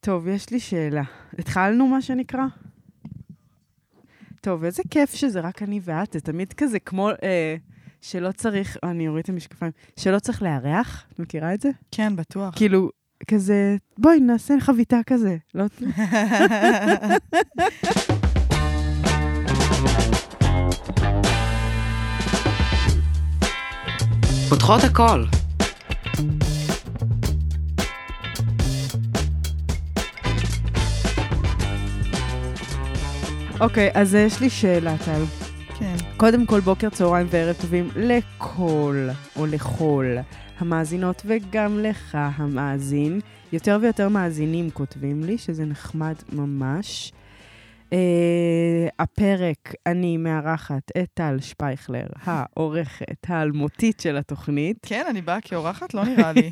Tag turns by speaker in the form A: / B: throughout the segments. A: טוב, יש לי שאלה. התחלנו, מה שנקרא? טוב, איזה כיף שזה רק אני ואת, זה תמיד כזה כמו אה, שלא צריך, אני אוריד את המשקפיים, שלא צריך לארח, את מכירה את זה?
B: כן, בטוח.
A: כאילו, כזה, בואי נעשה חביתה כזה. לא...
C: פותחות הכל.
A: אוקיי, אז אה, יש לי שאלה, טל.
B: כן.
A: קודם כל, בוקר, צהריים וערב טובים לכל, או לכל, המאזינות, וגם לך, המאזין. יותר ויותר מאזינים כותבים לי, שזה נחמד ממש. Uh, הפרק, אני מארחת את טל שפייכלר, העורכת האלמותית של התוכנית.
B: כן, אני באה כאורחת, לא נראה לי.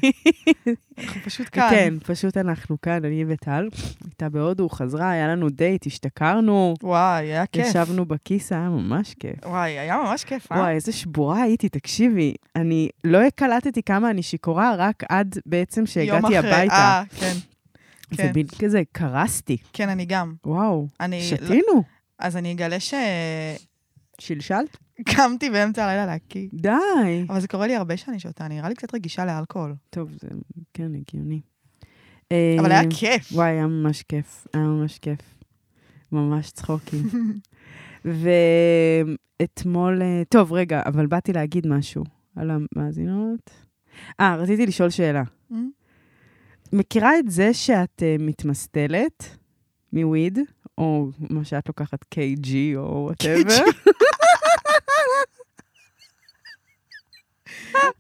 B: אנחנו פשוט כאן.
A: כן, פשוט אנחנו כאן, אני וטל. הייתה בהודו, חזרה, היה לנו דייט, השתכרנו,
B: וואי, היה כיף.
A: ישבנו בכיס, היה ממש כיף.
B: וואי, היה ממש כיף, אה?
A: וואי, איזה שבורה הייתי, תקשיבי. אני לא קלטתי כמה אני שיכורה, רק עד בעצם
B: יום
A: שהגעתי
B: אחרי,
A: הביתה.
B: אה, כן.
A: זה
B: כן. אה, לא-
A: מין כזה, קרסתי.
B: כן, אני גם.
A: וואו,
B: אני...
A: שתינו.
B: אז אני אגלה שקמתי
A: שלשלת?
B: באמצע הלילה להקיא.
A: די.
B: אבל זה קורה לי הרבה שאני שותה, אני נראה לי קצת רגישה לאלכוהול.
A: טוב, זה כן הגיוני.
B: אבל
A: אה,
B: היה כיף.
A: וואי, היה ממש כיף, היה ממש כיף. ממש צחוקים. ואתמול, אה, טוב, רגע, אבל באתי להגיד משהו על המאזינות. אה, רציתי לשאול שאלה. מכירה את זה שאת אה, מתמסטלת מוויד, או מה שאת לוקחת KG או וואטאבר?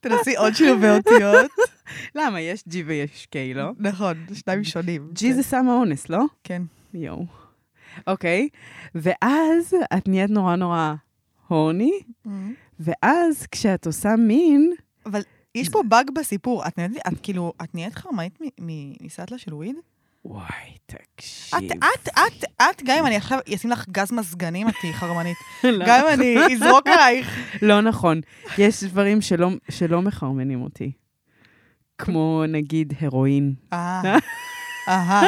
B: תנסי עוד שילובי אותיות.
A: למה? יש G ויש K, לא?
B: נכון, זה שניים שונים.
A: G זה סם האונס, לא?
B: כן.
A: יואו. אוקיי, ואז את נהיית נורא נורא הורני, Mm-hmm.
B: כן.
A: ואז כשאת עושה מין,
B: יש פה באג בסיפור. את נהיית, את כאילו, את נהיית חרמאית מ- מ- מסטלה של וויד?
A: וואי, תקשיב.
B: את, את, את, את, גם אם אני עכשיו אשים לך גז מזגנים, את תהיי חרמנית.
A: לא.
B: גם אם אני אזרוק עלייך.
A: לא נכון. יש דברים שלא, שלא מחרמנים אותי. כמו נגיד הרואין.
B: אה, אהה.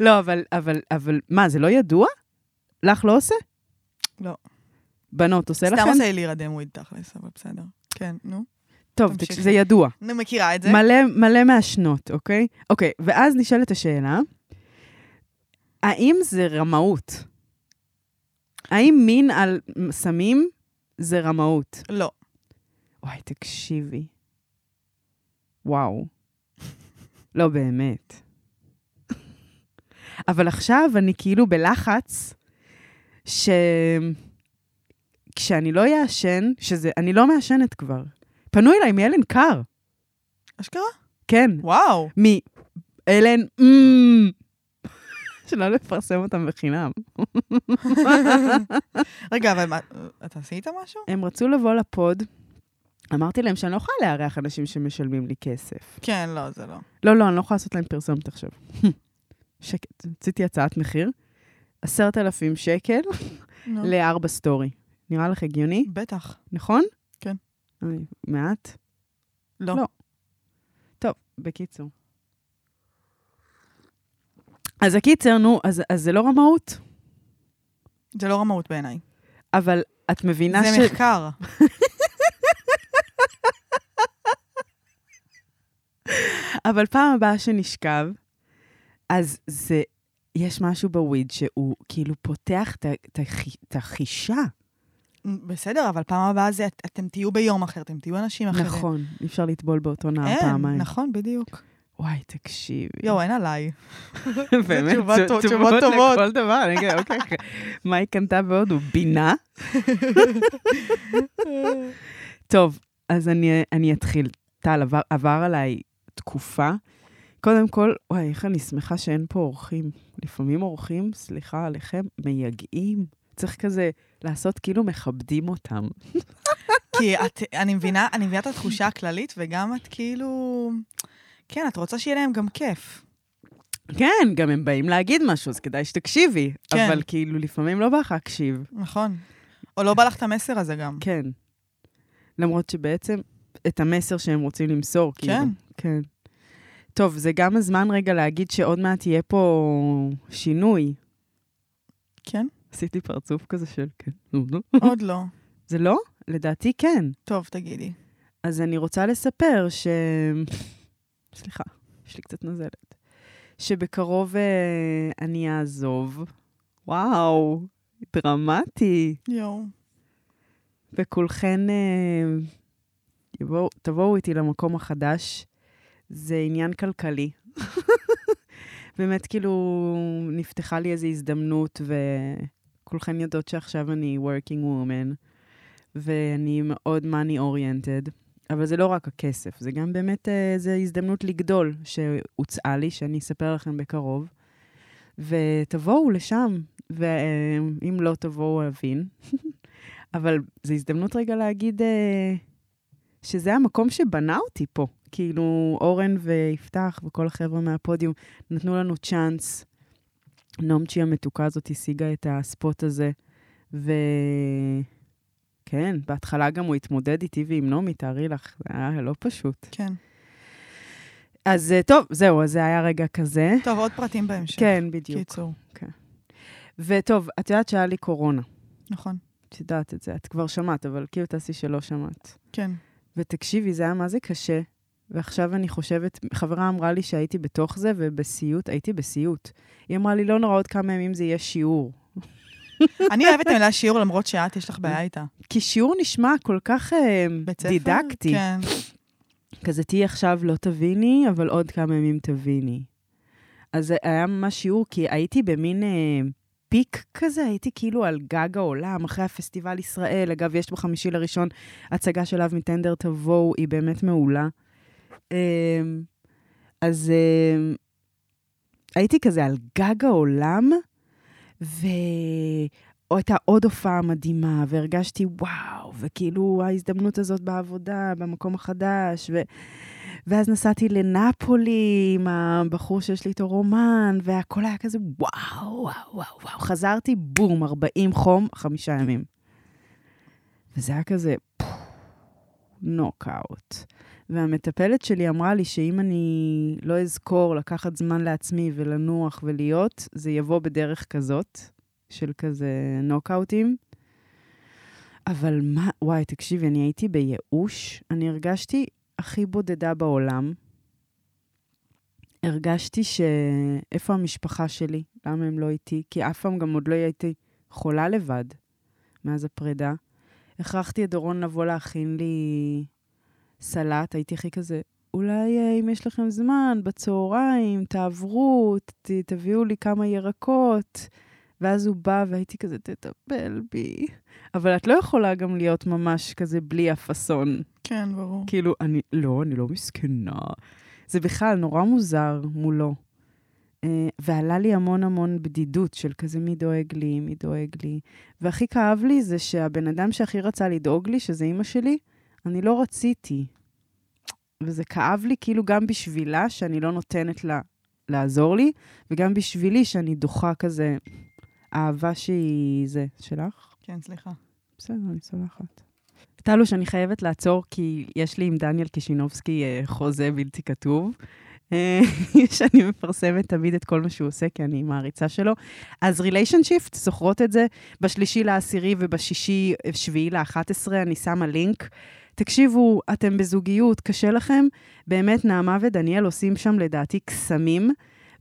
A: לא, אבל, אבל, אבל, מה, זה לא ידוע? לך לא עושה?
B: לא.
A: בנות, עושה לכם?
B: סתם עושה לי להירדם וויד תכלס, אבל בסדר. כן, נו.
A: טוב,
B: תמשיכי.
A: תקש- זה ידוע.
B: אני מכירה את זה.
A: מלא, מלא מהשנות, אוקיי? אוקיי, ואז נשאלת השאלה, האם זה רמאות? האם מין על סמים זה רמאות?
B: לא.
A: וואי, תקשיבי. וואו. לא באמת. אבל עכשיו אני כאילו בלחץ ש... כשאני לא אעשן, שזה... אני לא מעשנת כבר. פנו אליי מאלן קאר,
B: אשכרה?
A: כן.
B: וואו.
A: מאלן... אמ, שלא לפרסם אותם בחינם.
B: רגע, אבל מה, אתה עשית משהו?
A: הם רצו לבוא לפוד, אמרתי להם שאני לא יכולה לארח אנשים שמשלמים לי כסף.
B: כן, לא, זה לא.
A: לא, לא, אני לא יכולה לעשות להם פרסומת עכשיו. שקט, רציתי הצעת מחיר. עשרת אלפים שקל
B: נו.
A: לארבע סטורי. נראה לך הגיוני,
B: בטח.
A: נכון?
B: כן.
A: אוי, מעט?
B: לא.
A: לא. טוב, בקיצור. אז הקיצר, נו, אז, אז זה לא רמאות,
B: זה לא רמאות בעיניי.
A: אבל את מבינה
B: זה
A: ש...
B: מחקר.
A: אבל פעם הבאה שנשכב, אז זה, יש משהו בוויד שהוא כאילו פותח את ה- את הח- את החישה.
B: בסדר, אבל פעם הבאה זה, את- אתם תהיו ביום אחר, אתם תהיו אנשים אחרים.
A: נכון, אי אפשר לטבול באותו נער פעמיים. כן.
B: אין, נכון, בדיוק.
A: וואי, תקשיבי.
B: יואו, אין עליי.
A: באמת,
B: תשובה
A: תשוב-
B: טוב- תשובות טובות.
A: לכל דבר, אני אגיד, אוקיי. מה היא קנתה בהודו? בינה? טוב, אז אני, אני אתחיל. טל, עבר, עבר עליי תקופה. קודם כל, וואי, איך אני שמחה שאין פה אורחים. לפעמים אורחים, סליחה עליכם, מייגעים. צריך כזה לעשות כאילו מכבדים אותם.
B: כי את, אני מבינה, אני מבינה את התחושה הכללית, וגם את כאילו... כן, את רוצה שיהיה להם גם כיף.
A: כן, גם הם באים להגיד משהו, אז כדאי שתקשיבי.
B: כן.
A: אבל כאילו, לפעמים לא בא לך להקשיב.
B: נכון. או לא בא לך את המסר הזה גם.
A: כן. למרות שבעצם, את המסר שהם רוצים למסור, כאילו.
B: כן.
A: כן. טוב, זה גם הזמן רגע להגיד שעוד מעט יהיה פה שינוי.
B: כן?
A: עשיתי פרצוף כזה של כן. נו, נו.
B: עוד לא.
A: זה לא? לדעתי כן.
B: טוב, תגידי.
A: אז אני רוצה לספר ש... סליחה, יש לי קצת נזלת. שבקרוב אה, אני אעזוב. וואו, דרמטי.
B: יואו.
A: וכולכן אה, יבואו, תבואו איתי למקום החדש. זה עניין כלכלי. באמת, כאילו, נפתחה לי איזו הזדמנות, וכולכן יודעות שעכשיו אני working woman, ואני מאוד money oriented, אבל זה לא רק הכסף, זה גם באמת אה, זו הזדמנות לגדול שהוצעה לי, שאני אספר לכם בקרוב. ותבואו לשם, ואם לא תבואו, אבין. אבל זו הזדמנות רגע להגיד אה, שזה המקום שבנה אותי פה. כאילו, אורן ויפתח וכל החבר'ה מהפודיום נתנו לנו צ'אנס. נומצ'י המתוקה הזאת השיגה את הספוט הזה, וכן, בהתחלה גם הוא התמודד איתי ועם נעמי, תארי לך, זה היה לא פשוט.
B: כן.
A: אז אה, טוב, זהו, אז זה היה רגע כזה.
B: טוב, עוד פרטים בהמשך.
A: כן, בדיוק.
B: קיצור.
A: וטוב, את יודעת שהיה לי קורונה,
B: נכון.
A: את יודעת את זה, את כבר שמעת, אבל כאילו תעשי שלא שמעת.
B: כן.
A: ותקשיבי, זה היה מה זה קשה. ועכשיו אני חושבת, חברה אמרה לי שהייתי בתוך זה, ובסיוט, הייתי בסיוט. היא אמרה לי, לא נורא, עוד כמה ימים זה יהיה שיעור.
B: אני אוהבת את המילה שיעור, למרות שאת, יש לך בעיה איתה.
A: כי שיעור נשמע כל כך אה,
B: בית ספר?
A: דידקטי.
B: כן.
A: כזה תהיי עכשיו לא תביני, אבל עוד כמה ימים תביני. אז זה היה ממש שיעור, כי הייתי במין אה, פיק כזה, הייתי כאילו על גג העולם, אחרי הפסטיבל ישראל. אגב, יש בחמישי לראשון הצגה של אב מטנדר תבואו, היא באמת מעולה. אה, אז אה, הייתי כזה על גג העולם, ו... או הייתה עוד הופעה מדהימה, והרגשתי וואו, וכאילו ההזדמנות הזאת בעבודה, במקום החדש, ו... ואז נסעתי לנפולי עם הבחור שיש לי איתו רומן, והכל היה כזה וואו, וואו, וואו, וואו. חזרתי, בום, 40 חום, חמישה ימים. וזה היה כזה פו, נוקאוט. והמטפלת שלי אמרה לי שאם אני לא אזכור לקחת זמן לעצמי ולנוח ולהיות, זה יבוא בדרך כזאת, של כזה נוקאוטים. אבל מה, וואי, תקשיבי, אני הייתי בייאוש, אני הרגשתי הכי בודדה בעולם. הרגשתי ש... איפה המשפחה שלי? למה הם לא איתי? כי אף פעם גם עוד לא הייתי חולה לבד מאז הפרידה. הכרחתי את דורון לבוא להכין לי סלט, הייתי הכי כזה, אולי אה, אם יש לכם זמן, בצהריים, תעברו, ת, תביאו לי כמה ירקות. ואז הוא בא והייתי כזה, תטפל בי. אבל את לא יכולה גם להיות ממש כזה בלי הפאסון.
B: כן, ברור.
A: כאילו, אני, לא, אני לא מסכנה. זה בכלל נורא מוזר מולו. אה, ועלה לי המון המון בדידות של כזה, מי דואג לי, מי דואג לי. והכי כאב לי זה שהבן אדם שהכי רצה לדאוג לי, שזה אימא שלי, אני לא רציתי. וזה כאב לי כאילו גם בשבילה שאני לא נותנת לה לעזור לי, וגם בשבילי שאני דוחה כזה אהבה שהיא זה. שלך?
B: כן, סליחה.
A: בסדר, אני סולחת. טלוש, אני חייבת לעצור, כי יש לי עם דניאל קישינובסקי אה, חוזה בלתי כתוב. אה, שאני מפרסמת תמיד את כל מה שהוא עושה, כי אני מעריצה שלו. אז ריליישנשיפט, זוכרות את זה? בשלישי לעשירי ובשישי, אה, שביעי לאחת עשרה, אני שמה לינק. תקשיבו, אתם בזוגיות, קשה לכם? באמת, נעמה ודניאל עושים שם לדעתי קסמים.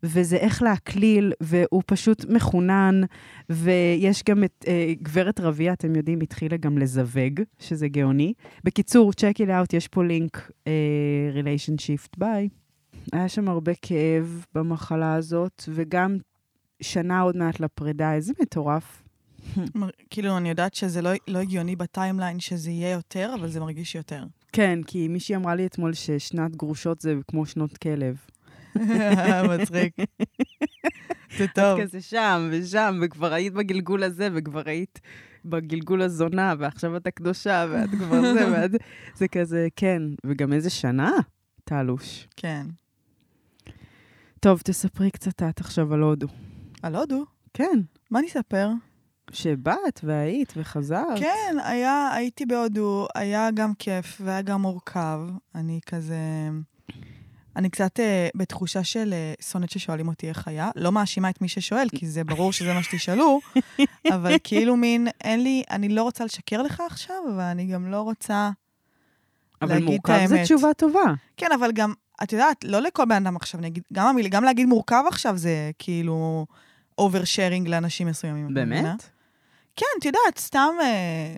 A: וזה איך להקליל, והוא פשוט מחונן, ויש גם את אה, גברת רביע, אתם יודעים, התחילה גם לזווג, שזה גאוני. בקיצור, check it out, יש פה לינק, אה, relationship, ביי. היה שם הרבה כאב במחלה הזאת, וגם שנה עוד מעט לפרידה, איזה מטורף.
B: מר- כאילו, אני יודעת שזה לא- לא הגיוני בטיימליין שזה יהיה יותר, אבל זה מרגיש יותר.
A: כן, כי מישהי אמרה לי אתמול ששנת גרושות זה כמו שנות כלב.
B: מצחיק. זה טוב.
A: כזה שם ושם, וכבר היית בגלגול הזה, וכבר היית בגלגול הזונה, ועכשיו את הקדושה, ואת כבר זה, ואת... זה כזה, כן. וגם איזה שנה, תלוש.
B: כן.
A: טוב, תספרי קצת את עכשיו על הודו.
B: על הודו?
A: כן,
B: מה אני אספר?
A: שבאת והיית וחזרת.
B: כן, היה, הייתי בהודו, היה גם כיף והיה גם מורכב. אני כזה... אני קצת אה, בתחושה של אה, שונאת ששואלים אותי איך היה. לא מאשימה את מי ששואל, כי זה ברור שזה מה שתשאלו, אבל כאילו מין, אין לי, אני לא רוצה לשקר לך עכשיו, אבל אני גם לא רוצה...
A: אבל
B: להגיד את
A: מורכב זו
B: האמת.
A: תשובה טובה.
B: כן, אבל גם, את יודעת, לא לכל בן אדם עכשיו, אני אגיד, גם, המיל, גם להגיד מורכב עכשיו זה כאילו אובר-שיירינג לאנשים מסוימים. את מבינה?
A: באמת?
B: כן, את יודעת, סתם... אה,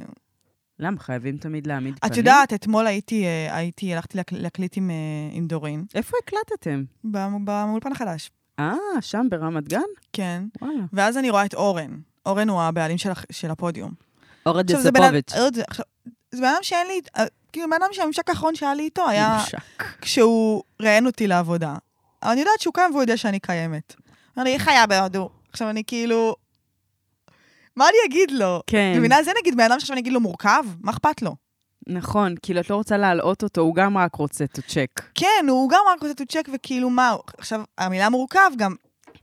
A: למה? חייבים תמיד להעמיד פנים?
B: את יודעת, אתמול הייתי, אה, הייתי, הלכתי להק- להקליט עם, אה, עם דורין,
A: איפה הקלטתם?
B: במ- באולפן החדש.
A: אה, שם ברמת גן?
B: כן.
A: וואלה.
B: ואז אני רואה את אורן. אורן הוא הבעלים של, הח- של הפודיום.
A: אורד
B: עכשיו, זה בן אדם- אה, זה- עכשיו, זה בן אדם שאין לי... אה, כאילו, בן אדם שהממשק האחרון שהיה לי איתו היה כשהוא ראיין אותי לעבודה. אבל אני יודעת שהוא קיים והוא יודע שאני קיימת. אמר לי, איך היה בהודו? עכשיו, אני כאילו... מה אני אגיד לו?
A: כן,
B: את מבינה? זה נגיד בן אדם שעכשיו אני אגיד לו מורכב? מה אכפת לו?
A: נכון, כאילו את לא רוצה להלאות אותו, הוא גם רק רוצה to check.
B: כן, הוא גם רק רוצה to check, וכאילו, מה? עכשיו, המילה מורכב גם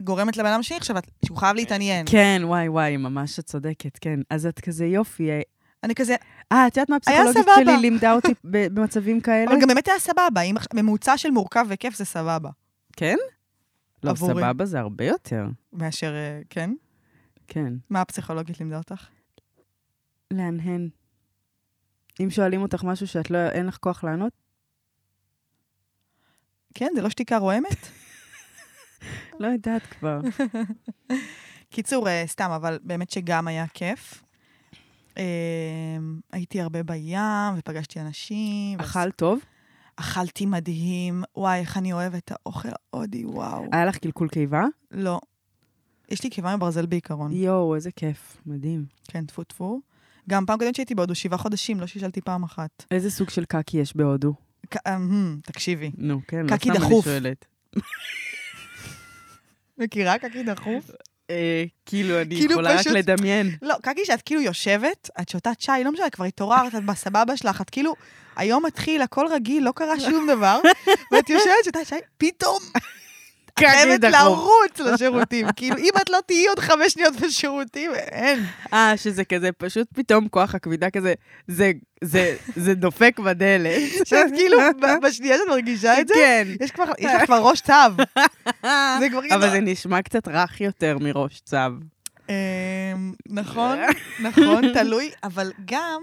B: גורמת לבן אדם שני עכשיו, שהוא חייב להתעניין.
A: כן, וואי, וואי, ממש את צודקת, כן. אז את כזה יופי. אה,
B: אני כזה,
A: אה, את יודעת מה הפסיכולוגית
B: סבבה.
A: שלי לימדה אותי ב- במצבים כאלה?
B: אבל גם באמת היה סבבה, אם עכשיו- ממוצע של מורכב וכיף זה סבבה.
A: כן? לא,
B: עבורי.
A: סבבה, זה הרבה יותר.
B: מאשר, אה, כן?
A: כן.
B: מה הפסיכולוגית לימדה אותך?
A: להנהן. אם שואלים אותך משהו שאת לא, אין לך כוח לענות,
B: כן, זה לא שתיקה רועמת?
A: לא יודעת כבר.
B: קיצור, אה, סתם, אבל באמת שגם היה כיף. אה, הייתי הרבה בים, ופגשתי אנשים. ואז-
A: אכל טוב?
B: אכלתי מדהים. וואי, איך אני אוהבת האוכל ההודי, וואו.
A: היה לך קלקול קיבה?
B: לא. יש לי קיבה מברזל בעיקרון.
A: יואו, איזה כיף. מדהים.
B: כן, טפו טפו. גם פעם קודמת שהייתי בהודו, שבעה חודשים, לא שישלתי פעם אחת.
A: איזה סוג של קקי יש בהודו?
B: ק- אה, מ, תקשיבי.
A: נו, כן, לא
B: קקי
A: סתם אני
B: דחוף.
A: שואלת.
B: מכירה קקי דחוף?
A: אה, כאילו, אני
B: כאילו
A: יכולה רק
B: פשוט-
A: לדמיין.
B: לא, קקי שאת כאילו יושבת, את שותת שי, לא משנה, כבר התעוררת, את בסבבה שלך, את כאילו, היום מתחיל, הכל רגיל, לא קרה שום דבר, ואת יושבת, שותת שי, פתאום את
A: קקי
B: חייבת
A: דחוף.
B: לרוץ לשירותים. כאילו, אם את לא תהיי עוד חמש שניות בשירותים, אין.
A: אה, שזה כזה, פשוט פתאום כוח הכבידה כזה, זה, זה, זה דופק בדלת.
B: שאת כאילו, ב- בשנייה שאת מרגישה את זה,
A: כן.
B: יש כבר- יש לך כבר ראש צב. זה כבר כאילו...
A: אבל זה נשמע קצת רך יותר מראש צו.
B: אמ, נכון, נכון, תלוי, אבל גם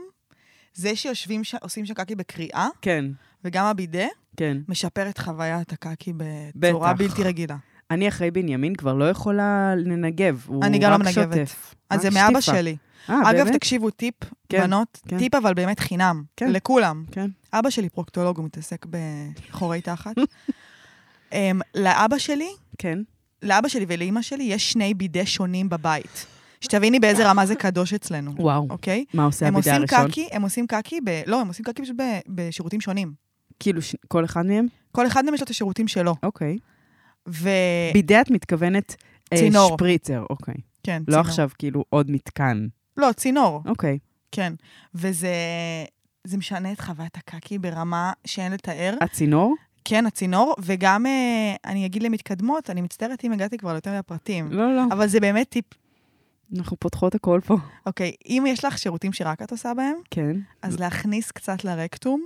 B: זה שיושבים, ש- עושים שם קקי בקריאה,
A: כן,
B: וגם הבידה,
A: כן.
B: משפר את חוויית הקקי בצורה
A: בטח.
B: בלתי רגילה.
A: אני אחרי בנימין כבר לא יכולה לנגב, הוא
B: אני גם לא
A: רק
B: מנגבת.
A: שוטף.
B: אז זה
A: רק
B: מאבא
A: שטיפה.
B: שלי.
A: אה,
B: אגב,
A: באמת?
B: תקשיבו, טיפ,
A: כן,
B: בנות,
A: כן.
B: טיפ אבל באמת חינם,
A: כן.
B: לכולם.
A: כן.
B: אבא שלי פרוקטולוג, הוא מתעסק בחורי תחת. אמ, לאבא שלי,
A: כן.
B: לאבא שלי ולאימא שלי יש שני בידי שונים בבית. שתביני באיזה רמה זה קדוש אצלנו,
A: וואו.
B: אוקיי?
A: מה עושה
B: הם
A: הבידה
B: עושים
A: הראשון?
B: קקי, הם עושים קקי, ב- לא, הם עושים קקי פשוט ב- בשירותים שונים.
A: כאילו, ש- כל אחד מהם?
B: כל אחד מהם יש לו את השירותים שלו.
A: אוקיי.
B: ו...
A: בידי את מתכוונת... אה,
B: אה. צינור.
A: שפריצר, אוקיי.
B: כן,
A: לא עכשיו כאילו עוד מתקן.
B: לא, צינור.
A: אוקיי.
B: כן, וזה זה משנה את חוויית הקקי ברמה שאין לתאר.
A: הצינור?
B: כן, הצינור, וגם אה, אני אגיד למתקדמות, אני מצטערת אם הגעתי כבר ליותר מהפרטים,
A: לא, לא.
B: אבל זה באמת טיפ.
A: אנחנו פותחות הכל פה.
B: אוקיי, אם יש לך שירותים שרק את עושה בהם,
A: כן.
B: אז להכניס קצת לרקטום,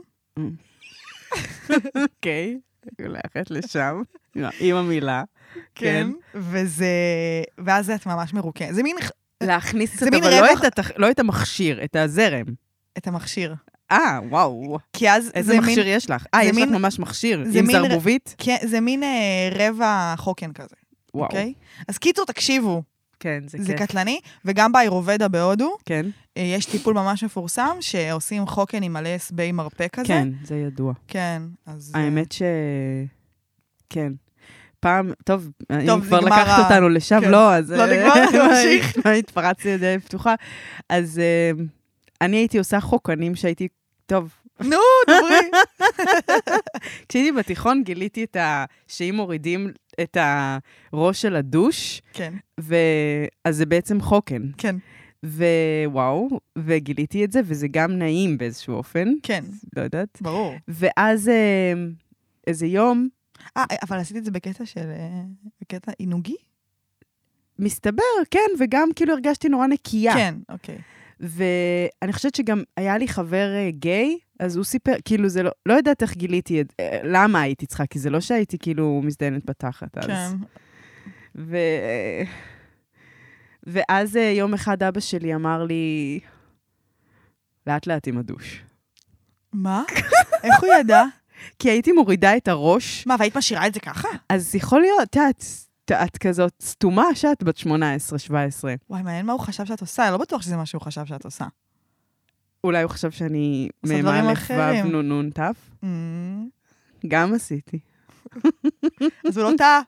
A: אוקיי. הולכת לשם. לא, עם המילה. כן.
B: וזה... ואז את ממש מרוקנת. זה מין ח-
A: להכניס קצת,
B: מין
A: אבל לא
B: רווח-
A: את התח- לא את המכשיר, את הזרם.
B: את המכשיר.
A: אה, וואו.
B: כי אז
A: איזה
B: זה
A: מכשיר
B: מין...
A: יש לך? אה,
B: זה
A: יש לך
B: מין-
A: ממש מכשיר,
B: זה
A: עם
B: מין ר-
A: זרבובית?
B: כן, זה מין אה, רבע חוקן כזה,
A: וואו.
B: אוקיי? אז קיצור, תקשיבו,
A: כן, זה
B: זה
A: כיף.
B: קטלני, וגם באיירובדה בהודו,
A: כן,
B: אה, יש טיפול ממש מפורסם, שעושים חוקן עם מלא סבי מרפא כזה.
A: כן, זה ידוע.
B: כן, אז... אה,
A: האמת ש... כן. פעם, טוב, אם
B: טוב,
A: כבר
B: נגמר
A: לקחת
B: ה-
A: אותנו לשם,
B: כן.
A: לא, אז...
B: לא
A: אה,
B: נגמר, נמשיך.
A: מה, התפרצתי לדלת פתוחה. אז אה, אני הייתי עושה חוקנים שהייתי... טוב,
B: נו, דברי.
A: כשהייתי בתיכון גיליתי את ה... שאם מורידים את הראש של הדוש,
B: כן,
A: ו... אז זה בעצם חוקן.
B: כן,
A: ווואו, וגיליתי את זה, וזה גם נעים באיזשהו אופן.
B: כן,
A: לא יודעת.
B: ברור.
A: ואז אה, איזה יום,
B: אה, אבל עשיתי את זה בקטע של... אה, בקטע עינוגי?
A: מסתבר, כן, וגם כאילו הרגשתי נורא נקייה.
B: כן, אוקיי.
A: ואני חושבת שגם היה לי חבר אה, גיי, אז הוא סיפר, כאילו זה לא, לא יודעת איך גיליתי את, אה, למה הייתי צריכה, כי זה לא שהייתי כאילו מזדיינת בתחת אז.
B: כן.
A: ו... ואז אה, יום אחד אבא שלי אמר לי, לאט לאט עם הדוש.
B: מה? איך הוא ידע?
A: כי הייתי מורידה את הראש,
B: מה, והיית משאירה את זה ככה?
A: אז יכול להיות, את יודעת, את- את כזאת סתומה שאת בת 18-17.
B: וואי, מעניין מה הוא חשב שאת עושה, לא בטוח שזה מה שהוא חשב שאת עושה.
A: אולי הוא חשב שאני
B: עושה דברים
A: מ"א
B: אחרים.
A: ו"ו נ"ן ת"ו,
B: Mm.
A: גם עשיתי.
B: אז הוא לא טעה.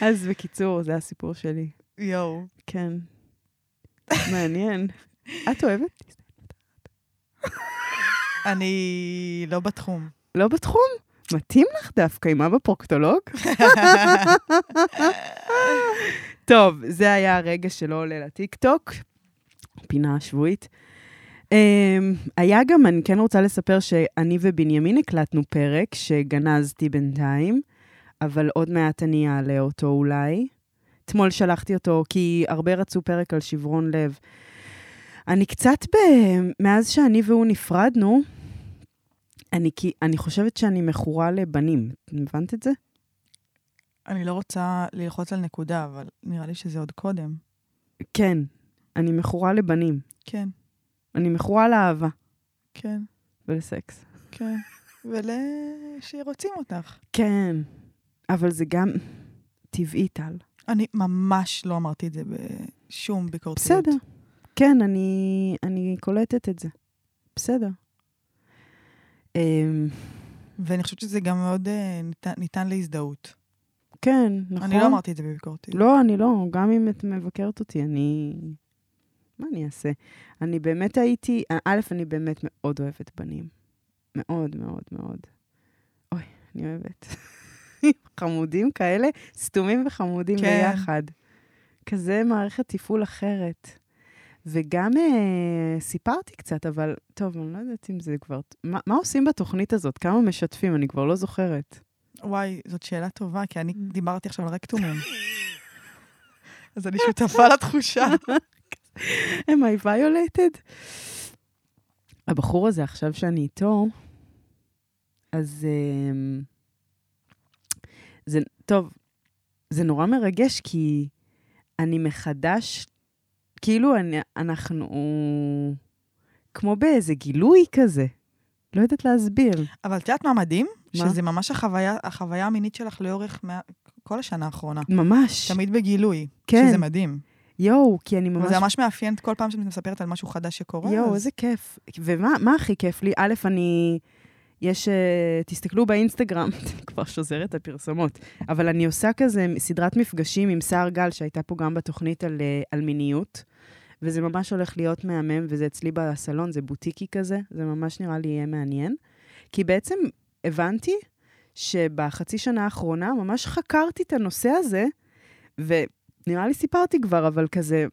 A: אז בקיצור, זה הסיפור שלי.
B: יואו.
A: כן. מעניין. את אוהבת?
B: אני לא בתחום.
A: לא בתחום? מתאים לך דווקא עם אבא פרוקטולוג? טוב, זה היה הרגע שלא עולה לטיקטוק, פינה השבועית. אמ, היה גם, אני כן רוצה לספר שאני ובנימין הקלטנו פרק שגנזתי בינתיים, אבל עוד מעט אני אעלה אותו אולי. אתמול שלחתי אותו כי הרבה רצו פרק על שברון לב. אני קצת, ב... מאז שאני והוא נפרדנו, אני, כי... אני חושבת שאני מכורה לבנים. הבנת את זה?
B: אני לא רוצה ללחוץ על נקודה, אבל נראה לי שזה עוד קודם.
A: כן, אני מכורה לבנים.
B: כן,
A: אני מכורה לאהבה
B: כן,
A: ולסקס.
B: כן. ול... שרוצים אותך.
A: כן, אבל זה גם טבעי, טל.
B: אני ממש לא אמרתי את זה בשום ביקורתיות.
A: בסדר. כן, אני, אני קולטת את זה. בסדר. אמ,
B: ואני חושבת שזה גם מאוד אה, ניתן, ניתן להזדהות.
A: כן, נכון.
B: אני לא אמרתי את זה בביקורתיות.
A: לא, אני לא. גם אם את מבקרת אותי, אני... מה אני אעשה? אני באמת הייתי... א', אני באמת מאוד אוהבת בנים. מאוד, מאוד, מאוד. אוי, אני אוהבת. חמודים כאלה, סתומים וחמודים
B: כן.
A: כן. ביחד. כזה מערכת תפעול אחרת. וגם אה, סיפרתי קצת, אבל טוב, אני לא יודעת אם זה כבר... מה, מה עושים בתוכנית הזאת? כמה משתפים? אני כבר לא זוכרת.
B: וואי, זאת שאלה טובה, כי אני
A: Mm.
B: דיברתי עכשיו על רקטומים. אז אני שותפה לתחושה.
A: am I violated? הבחור הזה עכשיו שאני איתו, אז אמ, זה, טוב, זה נורא מרגש כי אני מחדש, כאילו אני, אנחנו כמו באיזה גילוי כזה. לא יודעת להסביר.
B: אבל את יודעת מה מדהים?
A: מה?
B: שזה ממש החוויה, החוויה המינית שלך לאורך מה... כל השנה האחרונה.
A: ממש.
B: תמיד בגילוי.
A: כן.
B: שזה מדהים.
A: יואו, כי אני ממש...
B: אבל זה ממש מאפיין כל פעם שאת מספרת על משהו חדש שקורה.
A: יואו,
B: אז-
A: איזה כיף. ומה מה הכי כיף לי? א', אני... יש... אה, תסתכלו באינסטגרם, אני כבר שוזרת את הפרסומות, אבל אני עושה כזה סדרת מפגשים עם סער גל, שהייתה פה גם בתוכנית על, אה, על מיניות, וזה ממש הולך להיות מהמם, וזה אצלי בסלון, זה בוטיקי כזה, זה ממש נראה לי יהיה מעניין. כי בעצם הבנתי שבחצי שנה האחרונה ממש חקרתי את הנושא הזה, ונראה לי סיפרתי כבר, אבל כזה,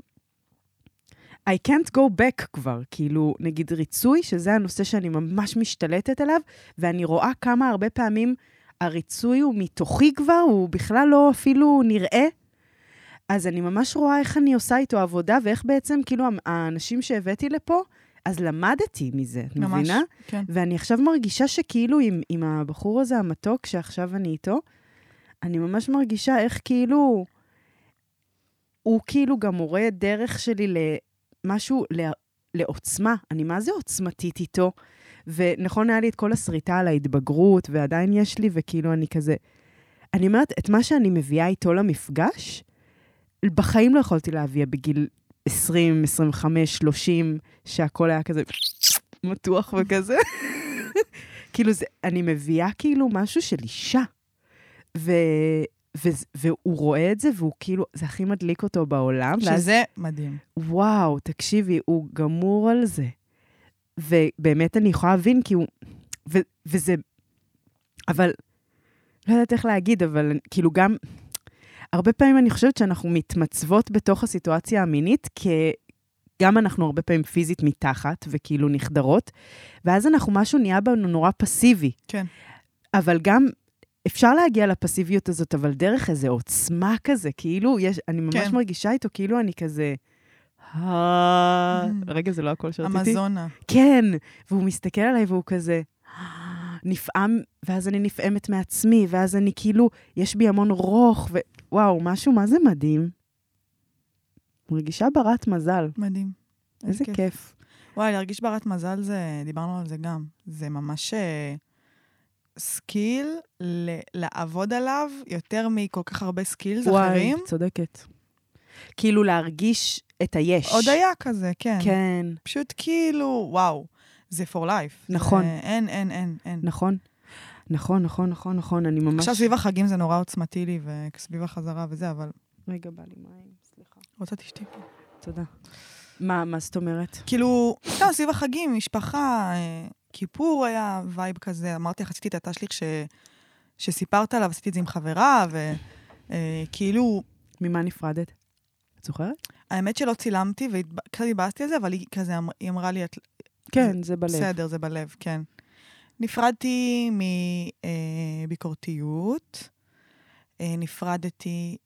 A: I can't go back כבר, כאילו, נגיד ריצוי, שזה הנושא שאני ממש משתלטת עליו, ואני רואה כמה הרבה פעמים הריצוי הוא מתוכי כבר, הוא בכלל לא אפילו נראה. אז אני ממש רואה איך אני עושה איתו עבודה, ואיך בעצם, כאילו, המ- האנשים שהבאתי לפה, אז למדתי מזה, את
B: ממש,
A: מבינה?
B: כן.
A: ואני עכשיו מרגישה שכאילו עם, עם הבחור הזה המתוק, שעכשיו אני איתו, אני ממש מרגישה איך כאילו... הוא כאילו גם מורה דרך שלי למשהו, ל- לעוצמה. אני מה זה עוצמתית איתו? ונכון, היה לי את כל הסריטה על ההתבגרות, ועדיין יש לי, וכאילו אני כזה... אני אומרת, את מה שאני מביאה איתו למפגש, בחיים לא יכולתי להביא בגיל 20, 25, 30, שהכל היה כזה מתוח וכזה. כאילו, זה, אני מביאה כאילו משהו של אישה. ו, ו, והוא רואה את זה, והוא כאילו, זה הכי מדליק אותו בעולם. ואז-
B: שזה מדהים.
A: וואו, תקשיבי, הוא גמור על זה. ובאמת אני יכולה להבין, כי הוא... ו- וזה... אבל... לא יודעת איך להגיד, אבל כאילו גם... הרבה פעמים אני חושבת שאנחנו מתמצוות בתוך הסיטואציה המינית, כ... גם אנחנו הרבה פעמים פיזית מתחת, וכאילו נחדרות, ואז אנחנו, משהו נהיה בנו נורא פסיבי.
B: כן.
A: אבל גם אפשר להגיע לפסיביות הזאת, אבל דרך איזה עוצמה כזה, כאילו, יש, אני ממש
B: כן.
A: מרגישה איתו, כאילו אני כזה, "אה." רגע, זה לא הקול שרציתי.
B: אמזונה.
A: כן, והוא מסתכל עליי והוא כזה נפעם, ואז אני נפעמת מעצמי, ואז אני כאילו, יש בי המון רוך, ווואו, משהו, מה זה מדהים. מרגישה ברת מזל,
B: מדהים.
A: איזה כיף. כיף.
B: וואי, להרגיש ברת מזל זה, דיברנו על זה גם. זה ממש אה, סקיל ל- לעבוד עליו יותר מכל כך הרבה סקילס אחרים.
A: וואי, צודקת. כאילו להרגיש את היש.
B: עוד היה כזה, כן. כן.
A: כן,
B: פשוט כאילו, וואו, זה for life.
A: נכון.
B: זה, אין, אין, אין, אין.
A: נכון. נכון, נכון, נכון, נכון, אני ממש...
B: עכשיו סביב החגים זה נורא עוצמתי לי, וסביב החזרה וזה, אבל
A: רגע, בא לי מים, סליחה.
B: רוצה תשתי.
A: תודה. מה, מה זאת אומרת?
B: כאילו, סתם סביב החגים, משפחה, אה, כיפור היה וייב כזה. אמרתי לך, עשיתי את התשליך ש... שסיפרת עליו, עשיתי את זה עם חברה, אה, וכאילו,
A: ממה נפרדת? את זוכרת?
B: האמת שלא צילמתי, וקצת התבאסתי על זה, אבל היא כזה, אמר- היא אמרה לי, את
A: כן, זה בלב.
B: בסדר, זה בלב, כן. נפרדתי אה, מביקורתיות, אה, נפרדתי,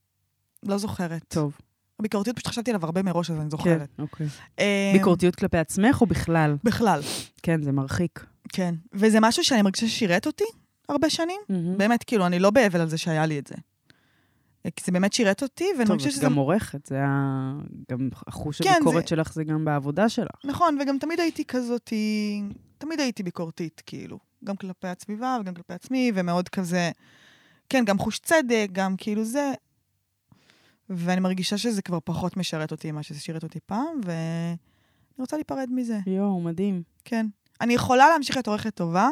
B: לא זוכרת.
A: טוב,
B: הביקורתיות, פשוט חשבתי עליו הרבה מראש, אז אני
A: כן,
B: זוכרת.
A: אוקיי.
B: אה,
A: ביקורתיות כלפי עצמך או בכלל?
B: בכלל,
A: כן, זה מרחיק.
B: כן. וזה משהו שאני מרגישה ששירת אותי הרבה שנים. באמת, כאילו, אני לא באבל על זה שהיה לי את זה. אה, כי זה באמת שירת אותי, ואני
A: טוב,
B: מרגישה
A: את
B: שזה...
A: גם עורכת, זה ה... גם החוש
B: כן,
A: הביקורת
B: זה-
A: שלך זה גם בעבודה שלך.
B: נכון, וגם תמיד הייתי כזאת, תמיד הייתי ביקורתית, כאילו. גם כלפי הסביבה וגם כלפי עצמי, ומאוד כזה, כן, גם חוש צדק, גם כאילו זה. ואני מרגישה שזה כבר פחות משרת אותי ממה שזה שירת אותי פעם, ואני רוצה להיפרד מזה,
A: יואו, מדהים.
B: כן. אני יכולה להמשיך להיות עורכת טובה,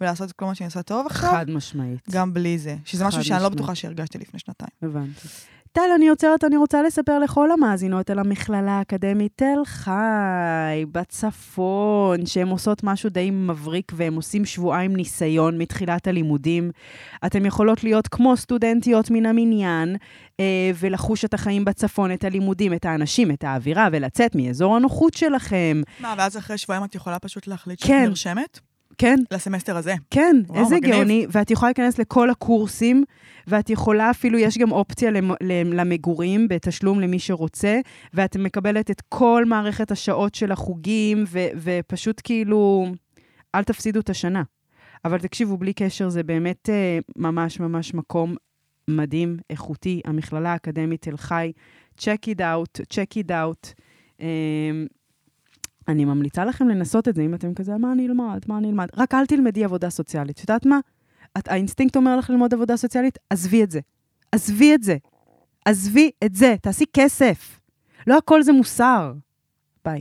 B: ולעשות את כל מה שאני עושה טוב עכשיו,
A: חד משמעית.
B: גם בלי זה. שזה משהו
A: חד
B: שאני לא
A: משמעית.
B: בטוחה שהרגשתי לפני שנתיים.
A: הבנתי. טל, אני עוצרת, אני רוצה לספר לכל המאזינות על המכללה האקדמית תל חי, בצפון, שהן עושות משהו די מבריק והם עושים שבועיים ניסיון מתחילת הלימודים. אתן יכולות להיות כמו סטודנטיות מן המניין, אה, ולחוש את החיים בצפון, את הלימודים, את האנשים, את האווירה, ולצאת מאזור הנוחות שלכם.
B: מה, ואז אחרי שבועיים את יכולה פשוט להחליט שאת
A: כן.
B: נרשמת?
A: כן,
B: לסמסטר הזה.
A: כן,
B: וואו,
A: איזה
B: מגניב.
A: גאוני, ואת יכולה להיכנס לכל הקורסים, ואת יכולה אפילו, יש גם אופציה למ, למ- למגורים בתשלום למי שרוצה, ואת מקבלת את כל מערכת השעות של החוגים, ו, ופשוט כאילו, אל תפסידו את השנה. אבל תקשיבו, בלי קשר, זה באמת אה, ממש ממש מקום מדהים, איכותי, המכללה האקדמית תל חי. check it out, check it out. אה, אני ממליצה לכם לנסות את זה, אם אתם כזה, מה אני אלמד, מה אני אלמד. רק אל תלמדי עבודה סוציאלית. את יודעת מה? את, האינסטינקט אומר לך ללמוד עבודה סוציאלית, עזבי את זה. עזבי את זה. עזבי את זה, תעשי כסף. לא הכל זה מוסר. ביי.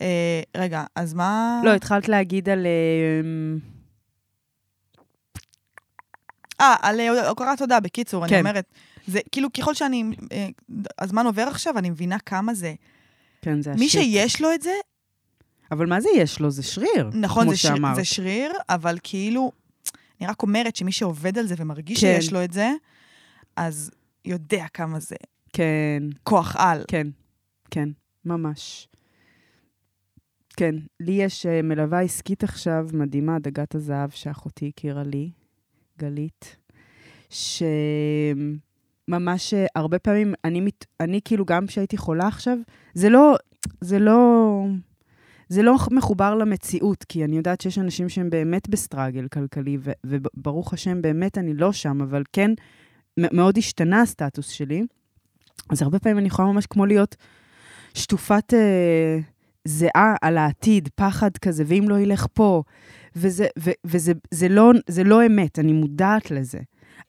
B: אה, רגע, אז מה...
A: לא, התחלת להגיד על... אמ,
B: אה, על אה, הוקרת תודה, בקיצור,
A: כן.
B: אני אומרת. זה כאילו, ככל שאני... אה, הזמן עובר עכשיו, אני מבינה כמה זה.
A: כן, זה
B: מי
A: השיר.
B: שיש לו את זה,
A: אבל מה זה יש לו? זה שריר.
B: נכון,
A: כמו
B: זה, שר,
A: שאמרת.
B: זה שריר, אבל כאילו, אני רק אומרת שמי שעובד על זה ומרגיש
A: כן.
B: שיש לו את זה, אז יודע כמה זה
A: כן,
B: כוח על.
A: כן, כן, ממש. כן, לי יש אה, מלווה עסקית עכשיו, מדהימה, דגת הזהב, שאחותי הכירה לי, גלית, שממש אה, הרבה פעמים, אני, מת- אני כאילו, גם כשהייתי חולה עכשיו, זה לא, זה לא, זה לא מחובר למציאות, כי אני יודעת שיש אנשים שהם באמת בסטראגל כלכלי, ו- וברוך השם, באמת אני לא שם, אבל כן, מ- מאוד השתנה הסטטוס שלי. אז הרבה פעמים אני יכולה ממש כמו להיות שטופת אה, זיעה על העתיד, פחד כזה, ואם לא ילך פה, וזה, ו, וזה זה לא, זה לא אמת, אני מודעת לזה.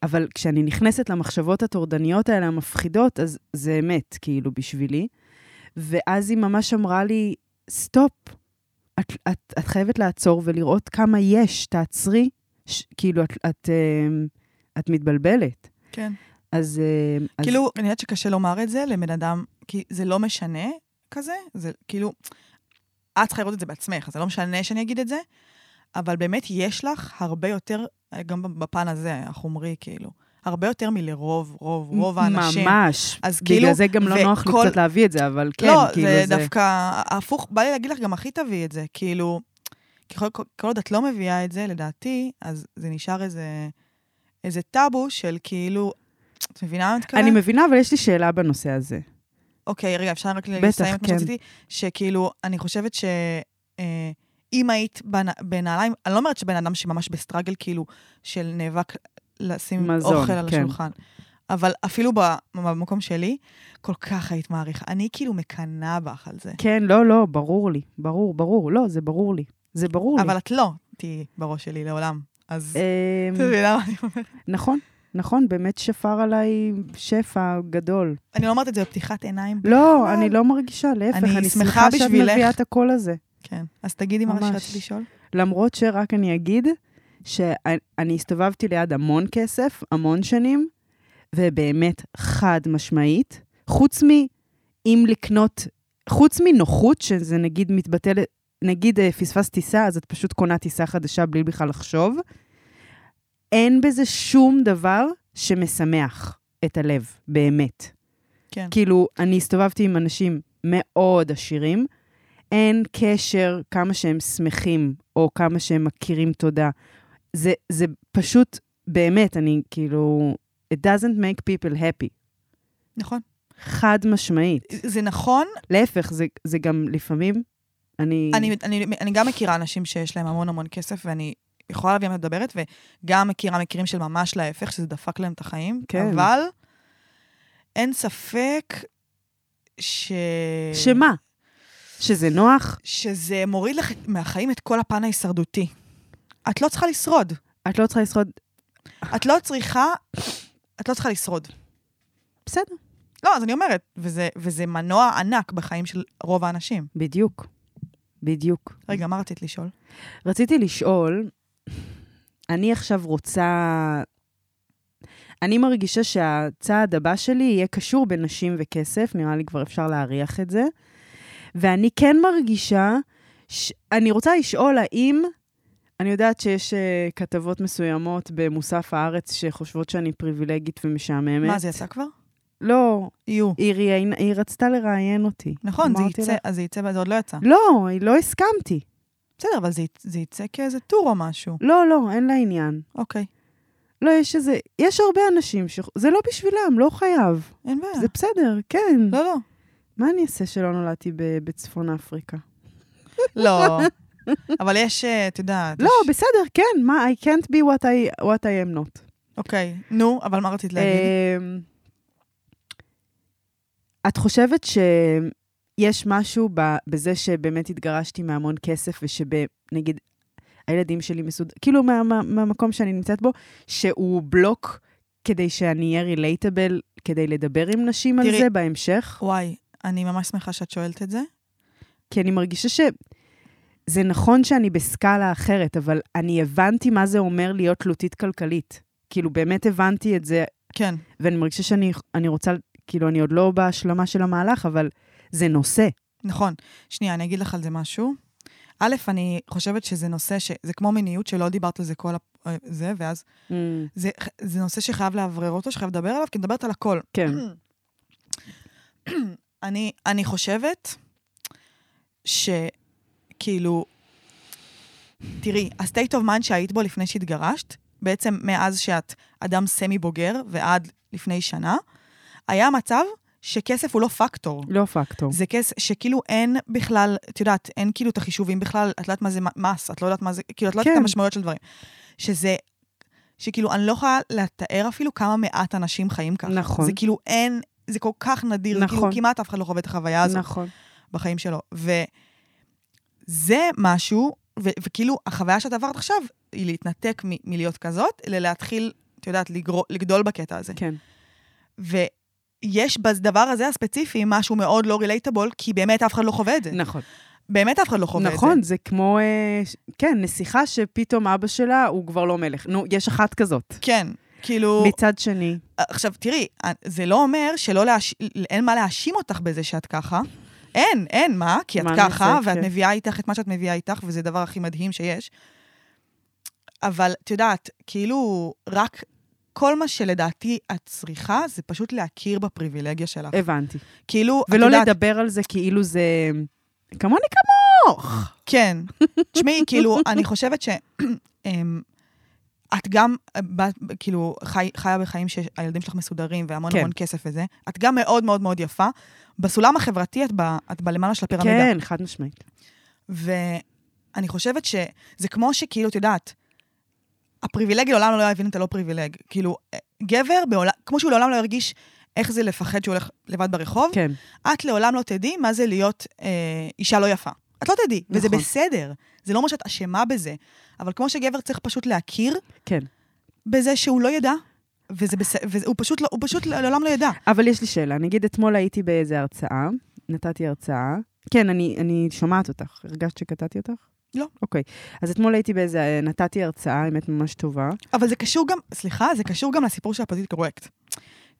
A: אבל כשאני נכנסת למחשבות הטורדניות האלה, המפחידות, אז זה אמת, כאילו, בשבילי. ואז היא ממש אמרה לי, סטופ, את, את, את חייבת לעצור ולראות כמה יש, תעצרי, ש, כאילו, את, את, אה, את מתבלבלת.
B: כן.
A: אז... אה, אז-
B: כאילו, אני יודעת שקשה לומר את זה לבן אדם, כי זה לא משנה כזה, זה כאילו, את צריכה לראות את זה בעצמך, אז זה לא משנה שאני אגיד את זה, אבל באמת יש לך הרבה יותר, גם בפן הזה, החומרי, כאילו, הרבה יותר מלרוב, רוב, רוב האנשים.
A: ממש.
B: אז
A: בגלל
B: כאילו,
A: זה גם לא
B: וכל-
A: נוח לי קצת להביא את זה, אבל כן,
B: לא,
A: כאילו
B: זה
A: זה...
B: דווקא הפוך, בא לי להגיד לך, גם הכי תביאי את זה, כאילו, ככל, כל עוד את לא מביאה את זה, לדעתי, אז זה נשאר איזה, איזה טאבו של כאילו, את מבינה מה אני מתכוונת?
A: אני מבינה, אבל יש לי שאלה בנושא הזה.
B: אוקיי, רגע, אפשר רק
A: בטח,
B: לסיים את
A: כן.
B: מה שרציתי? שכאילו, אני חושבת ש... אה, אם היית בנ- בנעליים, אני לא אומרת שבן אדם שממש בסטראגל, כאילו, של נאבק לשים
A: מזון,
B: אוכל על
A: כן.
B: השולחן. אבל אפילו ב- במקום שלי, כל כך היית מעריכה. אני כאילו מקנאה בך על זה.
A: כן, לא, לא, ברור לי. ברור, ברור. לא, זה ברור לי. זה ברור לי.
B: אבל את לא תהיי בראש שלי לעולם. אז...
A: אמ,
B: את מבינה מה אני אומרת?
A: נכון, נכון, באמת שפר עליי שפע גדול.
B: אני לא אומרת את זה בפתיחת עיניים.
A: לא, אני לא מרגישה, להפך,
B: נכון. אני
A: אני
B: שמחה
A: שמחה שאת
B: בשבילך.
A: מביאה את הקול הזה.
B: כן. אז תגידי מה
A: ממש.
B: שרציתי לשאול.
A: למרות שרק אני אגיד שאני הסתובבתי ליד המון כסף, המון שנים, ובאמת חד משמעית, חוץ מ... אם לקנות, חוץ מנוחות, שזה נגיד מתבטא, ל- נגיד אה, פספסת טיסה, אז את פשוט קונה טיסה חדשה בלי בכלל לחשוב, אין בזה שום דבר שמשמח את הלב, באמת.
B: כן.
A: כאילו, אני הסתובבתי עם אנשים מאוד עשירים, אין קשר כמה שהם שמחים, או כמה שהם מכירים תודה. זה, זה פשוט, באמת, אני כאילו, it doesn't make people happy.
B: נכון.
A: חד משמעית.
B: זה נכון,
A: להפך, זה, זה גם לפעמים, אני...
B: אני, אני, אני גם מכירה אנשים שיש להם המון המון כסף, ואני יכולה להבין מה את מדברת, וגם מכירה מקרים של ממש להפך, שזה דפק להם את החיים.
A: כן.
B: אבל אין ספק ש...
A: שמה? שזה נוח?
B: שזה מוריד לך מהחיים את כל הפן ההישרדותי. את לא צריכה לשרוד.
A: את לא צריכה לשרוד...
B: את לא צריכה... את לא צריכה לשרוד.
A: בסדר,
B: לא, אז אני אומרת, וזה, וזה מנוע ענק בחיים של רוב האנשים.
A: בדיוק. בדיוק.
B: רגע, מה רצית לשאול?
A: רציתי לשאול, אני עכשיו רוצה... אני מרגישה שהצעד הבא שלי יהיה קשור בנשים וכסף, נראה לי כבר אפשר להריח את זה. ואני כן מרגישה, ש... אני רוצה לשאול האם, אני יודעת שיש uh, כתבות מסוימות במוסף הארץ שחושבות שאני פריבילגית ומשעממת.
B: מה, זה יצא כבר?
A: לא,
B: יהיו.
A: היא, ראיינה- היא רצתה לראיין אותי.
B: נכון, זה
A: אמרתי
B: יצא,
A: לה-
B: אז זה יצא, זה עוד לא יצא.
A: לא, היא לא הסכמתי.
B: בסדר, אבל זה, יצ- זה יצא כאיזה טור או משהו.
A: לא, לא, אין לה עניין.
B: אוקיי,
A: לא, יש איזה... יש הרבה אנשים ש... זה לא בשבילם, לא חייב.
B: אין בעיה.
A: זה בסדר, כן.
B: אה. לא, לא.
A: מה אני אעשה שלא נולדתי ב- בצפון אפריקה?
B: לא. אבל יש, אה, את יודעת.
A: לא,
B: יש-
A: בסדר, כן, מה, I can't be what I, what I am not.
B: אוקיי, נו, אבל מה רצית להגיד?
A: אמ, את חושבת שיש משהו ב- בזה שבאמת התגרשתי מהמון כסף, ושנגיד הילדים שלי מסוד... כאילו מה, מה, מהמקום שאני נמצאת בו, שהוא בלוק כדי שאני אהיה רילייטבל, כדי לדבר עם נשים על
B: תראי-
A: זה בהמשך?
B: וואי, אני ממש שמחה שאת שואלת את זה.
A: כי אני מרגישה ש... זה נכון שאני בסקאלה אחרת, אבל אני הבנתי מה זה אומר להיות תלותית כלכלית. כאילו, באמת הבנתי את זה
B: כן,
A: ואני מרגישה שאני אני רוצה, כאילו, אני עוד לא בהשלמה של המהלך, אבל זה נושא.
B: נכון. שנייה, אני אגיד לך על זה משהו. א', אני חושבת שזה נושא ש... זה כמו מיניות שלא דיברת על זה כל ה... אה, זה, ואז... זה, זה נושא שחייב לאוורר אותו, שחייב לדבר עליו, כי מדברת על הכל.
A: כן.
B: אני, אני חושבת שכאילו, תראי, ה-state of mind שהיית בו לפני שהתגרשת, בעצם מאז שאת אדם סמי בוגר ועד לפני שנה, היה מצב שכסף הוא לא פקטור.
A: לא פקטור.
B: זה כסף שכאילו אין בכלל, את יודעת, אין כאילו את החישובים בכלל, את לא יודעת מה זה מ- מס, את לא יודעת מה זה, כאילו, את לא יודעת
A: כן.
B: את המשמעויות של דברים. שזה, שכאילו, אני לא יכולה לתאר אפילו כמה מעט אנשים חיים ככה.
A: נכון.
B: זה כאילו אין, זה כל כך נדיר, נכון. כאילו
A: נכון.
B: כמעט אף אחד לא חווה את החוויה הזאת
A: נכון.
B: בחיים שלו. וזה משהו, ו- וכאילו, החוויה שאת עברת עכשיו, היא להתנתק מ- מלהיות כזאת, ללהתחיל, את יודעת, לגרו- לגדול בקטע הזה.
A: כן.
B: ויש בדבר הזה הספציפי משהו מאוד לא רילייטבול, כי באמת אף אחד לא חווה את זה.
A: נכון.
B: באמת אף אחד לא חווה את
A: נכון,
B: זה.
A: זה כמו, אה, ש- כן, נסיכה שפתאום אבא שלה הוא כבר לא מלך. נו, יש אחת כזאת.
B: כן, כאילו...
A: מצד שני,
B: עכשיו, תראי, זה לא אומר שלא להאש... אין מה להאשים אותך בזה שאת ככה. אין, אין מה, כי את
A: מה אני
B: ככה,
A: עושה,
B: ואת
A: כן.
B: מביאה איתך את מה שאת מביאה איתך, וזה הדבר הכי מדהים שיש. אבל את יודעת, כאילו, רק כל מה שלדעתי את צריכה, זה פשוט להכיר בפריבילגיה שלך.
A: הבנתי.
B: כאילו, את
A: אה, ולא
B: יודעת,
A: לדבר על זה כאילו זה... כמוני כמוך!
B: כן. תשמעי, כאילו, אני חושבת ש... אמ, את גם, אה, בת- כאילו, חי, חיה בחיים שהילדים שלך מסודרים והמון
A: כן.
B: המון כסף וזה, את גם מאוד מאוד מאוד יפה. בסולם החברתי את, ב, את בלמעלה של הפירמידה.
A: כן, חד משמעית.
B: ואני חושבת שזה כמו שכאילו, את יודעת, הפריבילג לעולם לא יבין את הלא פריבילג. כאילו, גבר, בעולם, כמו שהוא לעולם לא ירגיש איך זה לפחד שהוא הולך לבד ברחוב,
A: כן,
B: את לעולם לא תדעי מה זה להיות אה, אישה לא יפה. את לא תדעי, נכון. וזה
A: נכון.
B: בסדר. זה לא אומר שאת אשמה בזה. אבל כמו שגבר צריך פשוט להכיר
A: כן.
B: בזה שהוא לא ידע, וזה בס... והוא פשוט, לא, הוא פשוט לעולם לא ידע.
A: אבל יש לי שאלה, נגיד אתמול הייתי באיזה הרצאה, נתתי הרצאה. כן, אני, אני שומעת אותך. הרגשת שקטעתי אותך?
B: לא.
A: אוקיי. אז אתמול הייתי באיזה, אה, נתתי הרצאה, האמת ממש טובה.
B: אבל זה קשור גם, סליחה, זה קשור גם לסיפור של הפוליטיקה קורקט.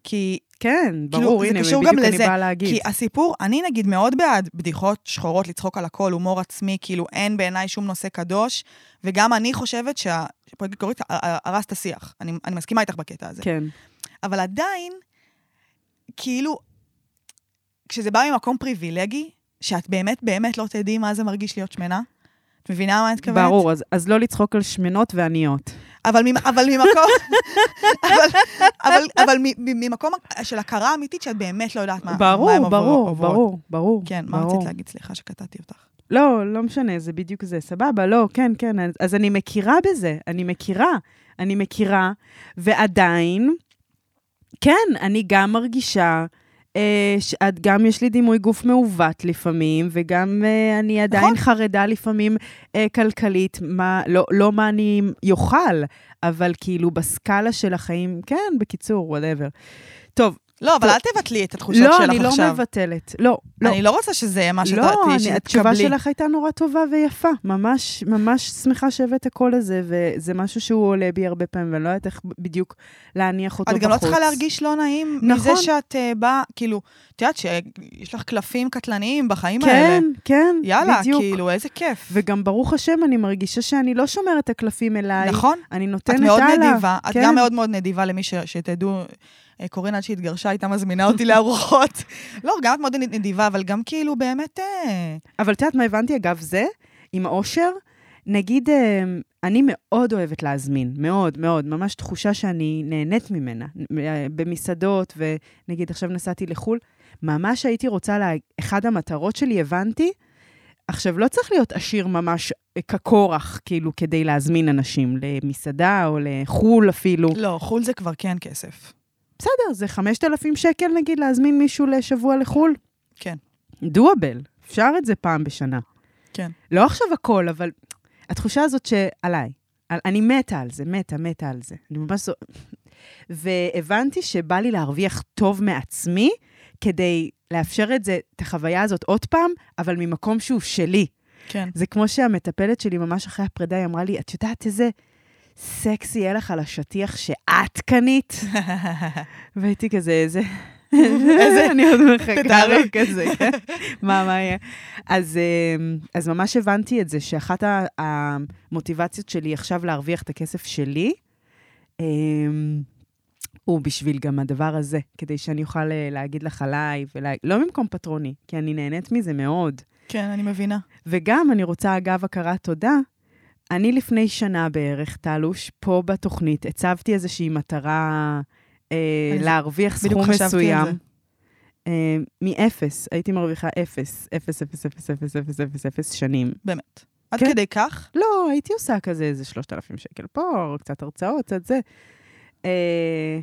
B: כי
A: כן,
B: כאילו,
A: ברור,
B: זה
A: הנה,
B: קשור
A: בדיוק
B: גם
A: אני
B: לזה,
A: באה להגיד.
B: כי הסיפור, אני נגיד מאוד בעד בדיחות שחורות, לצחוק על הכל, הומור עצמי, כאילו אין בעיניי שום נושא קדוש, וגם אני חושבת שהפוליטיקה קורית הרס את השיח. אני, אני מסכימה איתך בקטע הזה.
A: כן,
B: אבל עדיין, כאילו, כשזה בא ממקום פריבילגי, שאת באמת באמת לא תדעי מה זה מרגיש להיות שמנה, את מבינה מה אני מתכוונת?
A: ברור, אז, אז לא לצחוק על שמנות ועניות.
B: אבל, ממ- אבל ממקום, אבל, אבל, אבל מ- מ- ממקום של הכרה אמיתית שאת באמת לא יודעת מה, מה הם
A: ברור,
B: עובר-
A: ברור,
B: עוברות.
A: ברור, ברור.
B: כן, מה
A: ברור.
B: רצית להגיד? סליחה שקטעתי אותך.
A: לא, לא משנה, זה בדיוק זה, סבבה, לא, כן, כן, אז- אז אני מכירה בזה, אני מכירה, אני מכירה, ועדיין, כן, אני גם מרגישה, אה, שאת גם יש לי דימוי גוף מעוות לפעמים, וגם אה, אני עדיין
B: נכון.
A: חרדה לפעמים אה, כלכלית, מה, לא, לא מה אני אוכל, אבל כאילו בסקאלה של החיים, כן, בקיצור, וואטאבר. טוב,
B: לא, אבל
A: טוב.
B: אל תבטלי את התחושות
A: לא,
B: שלך
A: אני לא
B: עכשיו.
A: מבטלת, לא, לא.
B: אני לא רוצה שזה יהיה מה
A: לא,
B: שדעתי,
A: אני- התשובה
B: שתקבלי.
A: שלך הייתה נורא טובה ויפה. ממש, ממש שמחה שהבאת הקול הזה, וזה משהו שהוא עולה בי הרבה פעמים, ואני לא יודעת איך בדיוק להניח אותו
B: את
A: בחוץ.
B: גם לא צריכה להרגיש לא נעים מזה
A: נכון.
B: שאת אה, באה, כאילו, את יודעת שיש לך קלפים קטלניים בחיים האלה.
A: כן, כן,
B: יאללה,
A: בדיוק.
B: כאילו, איזה כיף.
A: וגם ברוך השם, אני מרגישה שאני לא שומרת את הקלפים אליי.
B: נכון?
A: אני
B: את
A: נותנת
B: מאוד
A: הלאה.
B: נדיבה, את
A: כן.
B: גם מאוד מאוד נדיבה למי ש- שתדעו, אה, קורין עד שהתגרשה הייתה מזמינה אותי לארוחות. לא, גם את מאוד נדיבה, אבל גם כאילו באמת... אה,
A: אבל את יודעת מה הבנתי, אגב, זה, עם האושר, נגיד, אה, אני מאוד אוהבת להזמין, מאוד, מאוד, ממש תחושה שאני נהנית ממנה, אה, במסעדות, ונגיד, עכשיו נסעתי לחו"ל, ממש הייתי רוצה, לה... אחד המטרות שלי, הבנתי, עכשיו, לא צריך להיות עשיר ממש אה, כקורח, כאילו, כדי להזמין אנשים למסעדה או לחו"ל אפילו.
B: לא, חו"ל זה כבר כן כסף.
A: בסדר, זה 5,000 שקל, נגיד, להזמין מישהו לשבוע לחו"ל.
B: כן.
A: דואבל, אפשר את זה פעם בשנה.
B: כן.
A: לא עכשיו הכל, אבל התחושה הזאת שעליי, על, אני מתה על זה, מתה, מתה על זה. אני ממש... זו- והבנתי שבא לי להרוויח טוב מעצמי, כדי לאפשר את זה, את החוויה הזאת עוד פעם, אבל ממקום שהוא שלי.
B: כן.
A: זה כמו שהמטפלת שלי ממש אחרי הפרידה, היא אמרה לי, את יודעת איזה סקסי יהיה לך על השטיח שאת קנית? והייתי כזה, איזה... איזה, אני עוד מחכה לו
B: תתארי.
A: כזה, כן. מה, מה יהיה? אז, אמ, אז ממש הבנתי את זה, שאחת ה- המוטיבציות שלי עכשיו להרוויח את הכסף שלי, אמ, הוא בשביל גם הדבר הזה, כדי שאני אוכל אה, להגיד לך עליי, ולה... לא ממקום פטרוני, כי אני נהנית מזה מאוד.
B: כן, אני מבינה.
A: וגם, אני רוצה, אגב, הכרת תודה, אני לפני שנה בערך, טלוש, פה בתוכנית, הצבתי איזושהי מטרה אה,
B: אני-
A: להרוויח
B: בדיוק
A: סכום
B: חשבתי על
A: מסוים.
B: זה.
A: אה, מאפס, הייתי מרוויחה אפס, אפס, אפס, אפס, אפס, אפס, אפס, אפס שנים.
B: באמת. עד
A: כן.
B: כדי כך?
A: לא, הייתי עושה כזה איזה 3,000 שקל פה, קצת הרצאות, קצת זה. אה,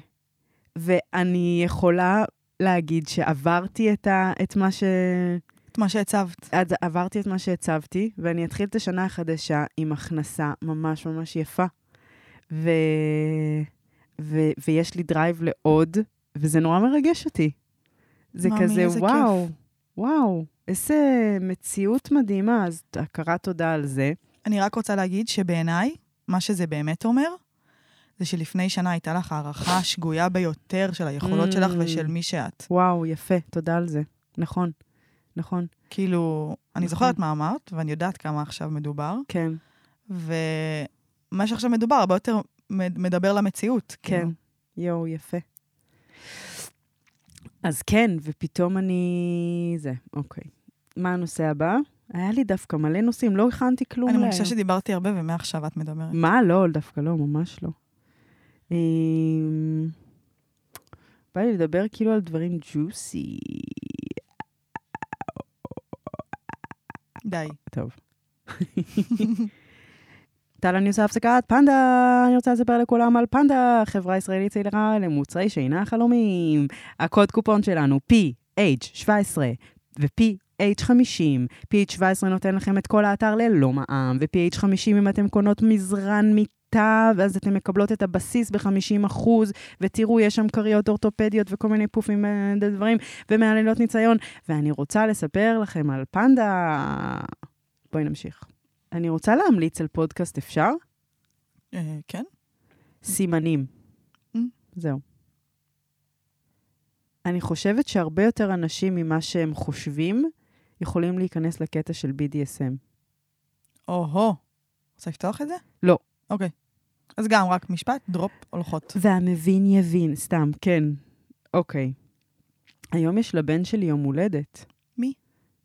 A: ואני יכולה להגיד שעברתי את, ה, את מה ש...
B: את מה שהצבת.
A: אז עברתי את מה שהצבתי, ואני אתחיל את השנה החדשה עם הכנסה ממש ממש יפה. ו... ו... ויש לי דרייב לעוד, וזה נורא מרגש אותי. זה
B: מאמי,
A: כזה,
B: איזה
A: וואו, וואו, איזה מציאות מדהימה, אז הכרת תודה על זה.
B: אני רק רוצה להגיד שבעיניי, מה שזה באמת אומר, זה שלפני שנה הייתה לך הערכה השגויה ביותר של היכולות שלך
A: Mm.
B: ושל מי שאת.
A: וואו, יפה, תודה על זה. נכון, נכון,
B: כאילו, אני
A: נכון.
B: זוכרת מה אמרת, ואני יודעת כמה עכשיו מדובר,
A: כן,
B: ומה שעכשיו מדובר הרבה יותר מד- מדבר למציאות.
A: כן.
B: כאילו.
A: יואו, יפה. אז כן, ופתאום אני... זה, אוקיי. מה הנושא הבא? היה לי דווקא מלא נושאים, לא הכנתי כלום
B: אני
A: להיום.
B: מרגישה שדיברתי הרבה, ומעכשיו את מדברת.
A: מה? לא, דווקא לא, ממש לא. אמ, בא לי לדבר כאילו על דברים ג'וסי.
B: די.
A: טוב. טל, אני עושה הפסקת פנדה, אני רוצה לספר לכולם על פנדה, חברה ישראלית צעירה למוצרי שינה חלומים. הקוד קופון שלנו, PH17 ו-PH50. PH17 נותן לכם את כל האתר ללא מע"מ, ו-PH50 אם אתם קונות מזרן מיטה, ואז אתם מקבלות את הבסיס ב-50%, ותראו, יש שם כריות אורתופדיות וכל מיני פופים אה, דברים, ומעללות ניסיון. ואני רוצה לספר לכם על פנדה. בואי נמשיך. אני רוצה להמליץ על פודקאסט אפשר?
B: אה, כן?
A: סימנים.
B: Mm.
A: זהו. אני חושבת שהרבה יותר אנשים ממה שהם חושבים יכולים להיכנס לקטע של BDSM.
B: או-הו. רוצה לפתוח את זה?
A: לא.
B: אוקיי. אז גם, רק משפט, דרופ, הולכות.
A: והמבין יבין, סתם, כן. אוקיי. היום יש לבן שלי יום הולדת.
B: מי?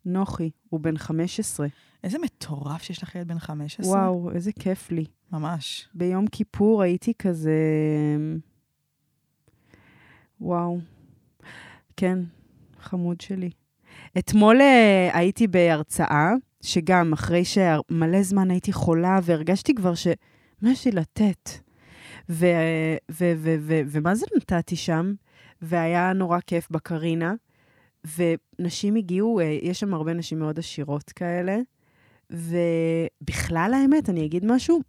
A: נוחי, הוא בן 15.
B: איזה מטורף שיש לך ילד בן 15.
A: וואו, איזה כיף לי.
B: ממש.
A: ביום כיפור הייתי כזה... וואו. כן, חמוד שלי. אתמול אה, הייתי בהרצאה, שגם אחרי שמלא זמן הייתי חולה, והרגשתי כבר ש... מה יש לי לתת? ו... ו... ו... ו... ו... ומה זה נתתי שם? והיה נורא כיף בקרינה, ונשים הגיעו, אה, יש שם הרבה נשים מאוד עשירות כאלה, ובכלל האמת, אני אגיד משהו,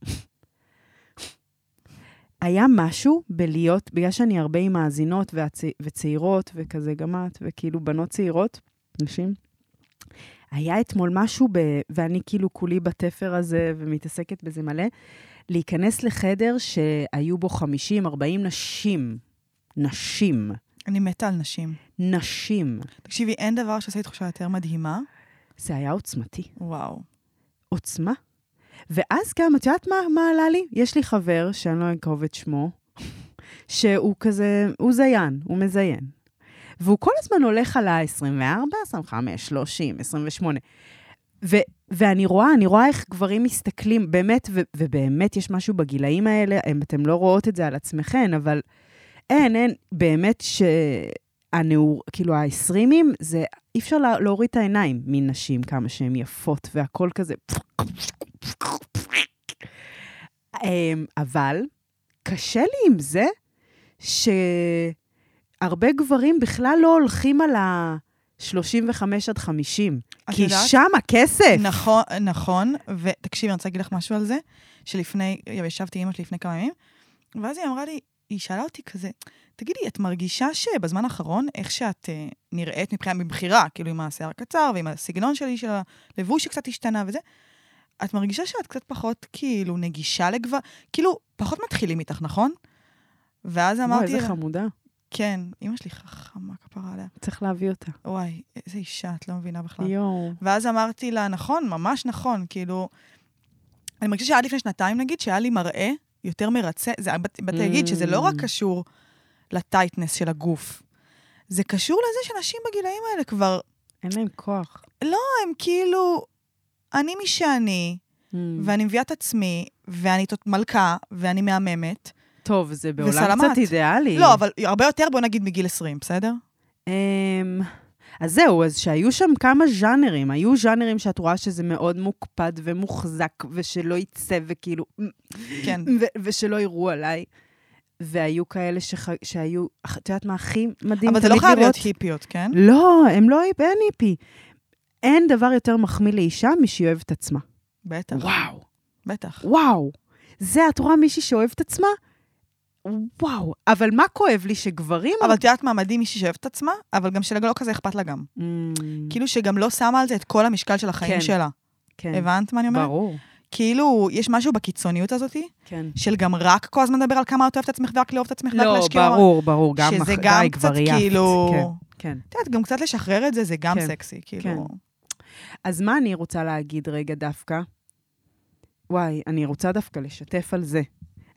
A: היה משהו בלהיות, בגלל שאני הרבה עם מאזינות והצ... וצעירות, וכזה גם את, וכאילו בנות צעירות, נשים, היה אתמול משהו, ב... ואני כאילו כולי בתפר הזה ומתעסקת בזה מלא, להיכנס לחדר שהיו בו 50-40 נשים. נשים.
B: אני מתה על נשים.
A: נשים.
B: תקשיבי, אין דבר שעושה לי תחושה יותר מדהימה.
A: זה היה עוצמתי.
B: וואו.
A: עוצמה. ואז גם, את יודעת מה, מה עלה לי? יש לי חבר, שאני לא אנקוב את שמו, שהוא כזה, הוא זיין, הוא מזיין. והוא כל הזמן הולך על ה-24, 25, 30, 28. ו- ואני רואה, אני רואה איך גברים מסתכלים, באמת, ו- ובאמת יש משהו בגילאים האלה, הם, אתם לא רואות את זה על עצמכן, אבל אין, אין, באמת שהנעור, כאילו ה-20, זה אי אפשר לה, להוריד את העיניים מנשים כמה שהן יפות והכל כזה. אמ, אבל קשה לי עם זה שהרבה גברים בכלל לא הולכים על ה-35 עד 50,
B: את
A: כי
B: יודעת?
A: שם הכסף.
B: נכון, נכון, ותקשיבי, אני רוצה להגיד לך משהו על זה, שלפני, ישבתי עם אמא שלי לפני כמה ימים, ואז היא אמרה לי, היא שאלה אותי כזה, תגידי, את מרגישה שבזמן האחרון, איך שאת אה, נראית מבחינה, מבחירה, כאילו עם השיער הקצר ועם הסגנון שלי, של הלבוש שקצת השתנה וזה, את מרגישה שאת קצת פחות, כאילו, נגישה לגבר, כאילו, פחות מתחילים איתך, נכון? ואז
A: וואי,
B: אמרתי
A: איזה
B: לה,
A: חמודה.
B: כן, אמא שלי חכמה כפרה עליה.
A: צריך להביא אותה.
B: וואי, איזה אישה, את לא מבינה בכלל.
A: יואו.
B: ואז אמרתי לה, נכון, ממש נכון, כאילו... אני מרגישה שעד לפני שנתיים, נגיד, שהיה לי מראה יותר מרצה, זה באתי באתי להגיד שזה לא
A: Mm.
B: רק קשור לטייטנס של הגוף, זה קשור לזה שנשים בגילאים האלה כבר,
A: אין להם כוח.
B: הם כאילו, אני מי שאני,
A: Mm.
B: ואני מביאה את עצמי, ואני תות- מלכה, ואני מהממת.
A: Mm. טוב, זה בעולם
B: וסלמת.
A: קצת אידיאלי.
B: לא, אבל הרבה יותר, בוא נגיד, מגיל 20, בסדר?
A: אמ, אז זהו, אז שהיו שם כמה ז'אנרים. היו ז'אנרים שאת רואה שזה מאוד מוקפד ומוחזק, ושלא יצא, וכאילו,
B: כן.
A: ו- ושלא יראו עליי. והיו כאלה שח... שהיו, אך- את יודעת מה הכי מדהים?
B: אבל זה לא
A: תמיד
B: חייב להיות
A: לראות-
B: היפיות, כן?
A: לא, הם לא, היפ- אין היפי. אין דבר יותר מחמיא לאישה משהיא אוהבת עצמה.
B: בטח,
A: וואו.
B: בטח.
A: וואו, זה, את רואה מישהי שאוהבת עצמה? וואו, אבל מה כואב לי שגברים...
B: אבל את יודעת מה מדהים, מישהי שאוהבת את עצמה, אבל גם שלא כזה אכפת לה גם.
A: Mm,
B: כאילו שגם לא שמה על זה את כל המשקל של החיים
A: כן.
B: שלה.
A: כן,
B: הבנת מה אני אומרת?
A: ברור.
B: כאילו, יש משהו בקיצוניות הזאת,
A: כן.
B: של גם רק כל הזמן לדבר על כמה את אוהבת את עצמך ורק לאהוב את עצמך, רק
A: לא,
B: להשקיע...
A: ברור, ברור, גם
B: שזה
A: אח-
B: גם
A: די,
B: קצת
A: כבר עייפת.
B: כאילו-
A: כן, כן.
B: את יודעת, גם קצת לשחרר את זה, זה גם
A: כן,
B: סקסי,
A: כן.
B: כאילו.
A: אז מה אני רוצה להגיד רגע דווקא? וואי, אני רוצה דווקא לשתף על זה.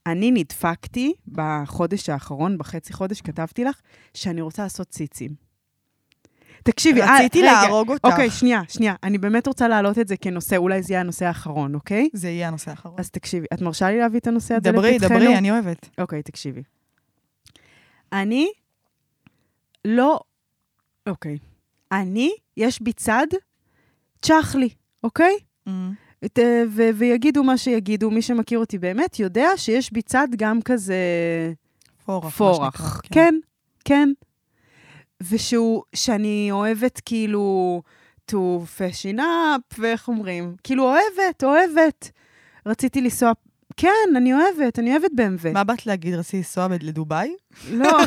A: אני נדפקתי בחודש האחרון, בחצי חודש, כתבתי לך, שאני רוצה לעשות ציצים. תקשיבי, אה,
B: רציתי
A: רגע.
B: להרוג אותך.
A: אוקיי, שנייה, שנייה. אני באמת רוצה להעלות את זה כנושא, אולי זה יהיה הנושא האחרון, אוקיי?
B: זה יהיה הנושא האחרון.
A: אז תקשיבי, את מרשה לי להביא את הנושא הזה
B: דברי,
A: לפתחנו?
B: דברי, אני אוהבת.
A: אוקיי, תקשיבי. אני לא... אוקיי. אני, יש בי צד צ'ח לי, אוקיי?
B: Mm,
A: את, אה, ו- ויגידו מה שיגידו, מי שמכיר אותי באמת יודע שיש בי צד גם כזה
B: פורח. מה
A: פורח.
B: שנקרא,
A: כן, כן. ושהוא, שאני אוהבת כאילו to fashion up, ואיך אומרים? כאילו אוהבת, אוהבת. רציתי לנסוע, כן, אני אוהבת, אני אוהבת BMW.
B: מה באת להגיד? רציתי לנסוע בד- לדובאי?
A: לא,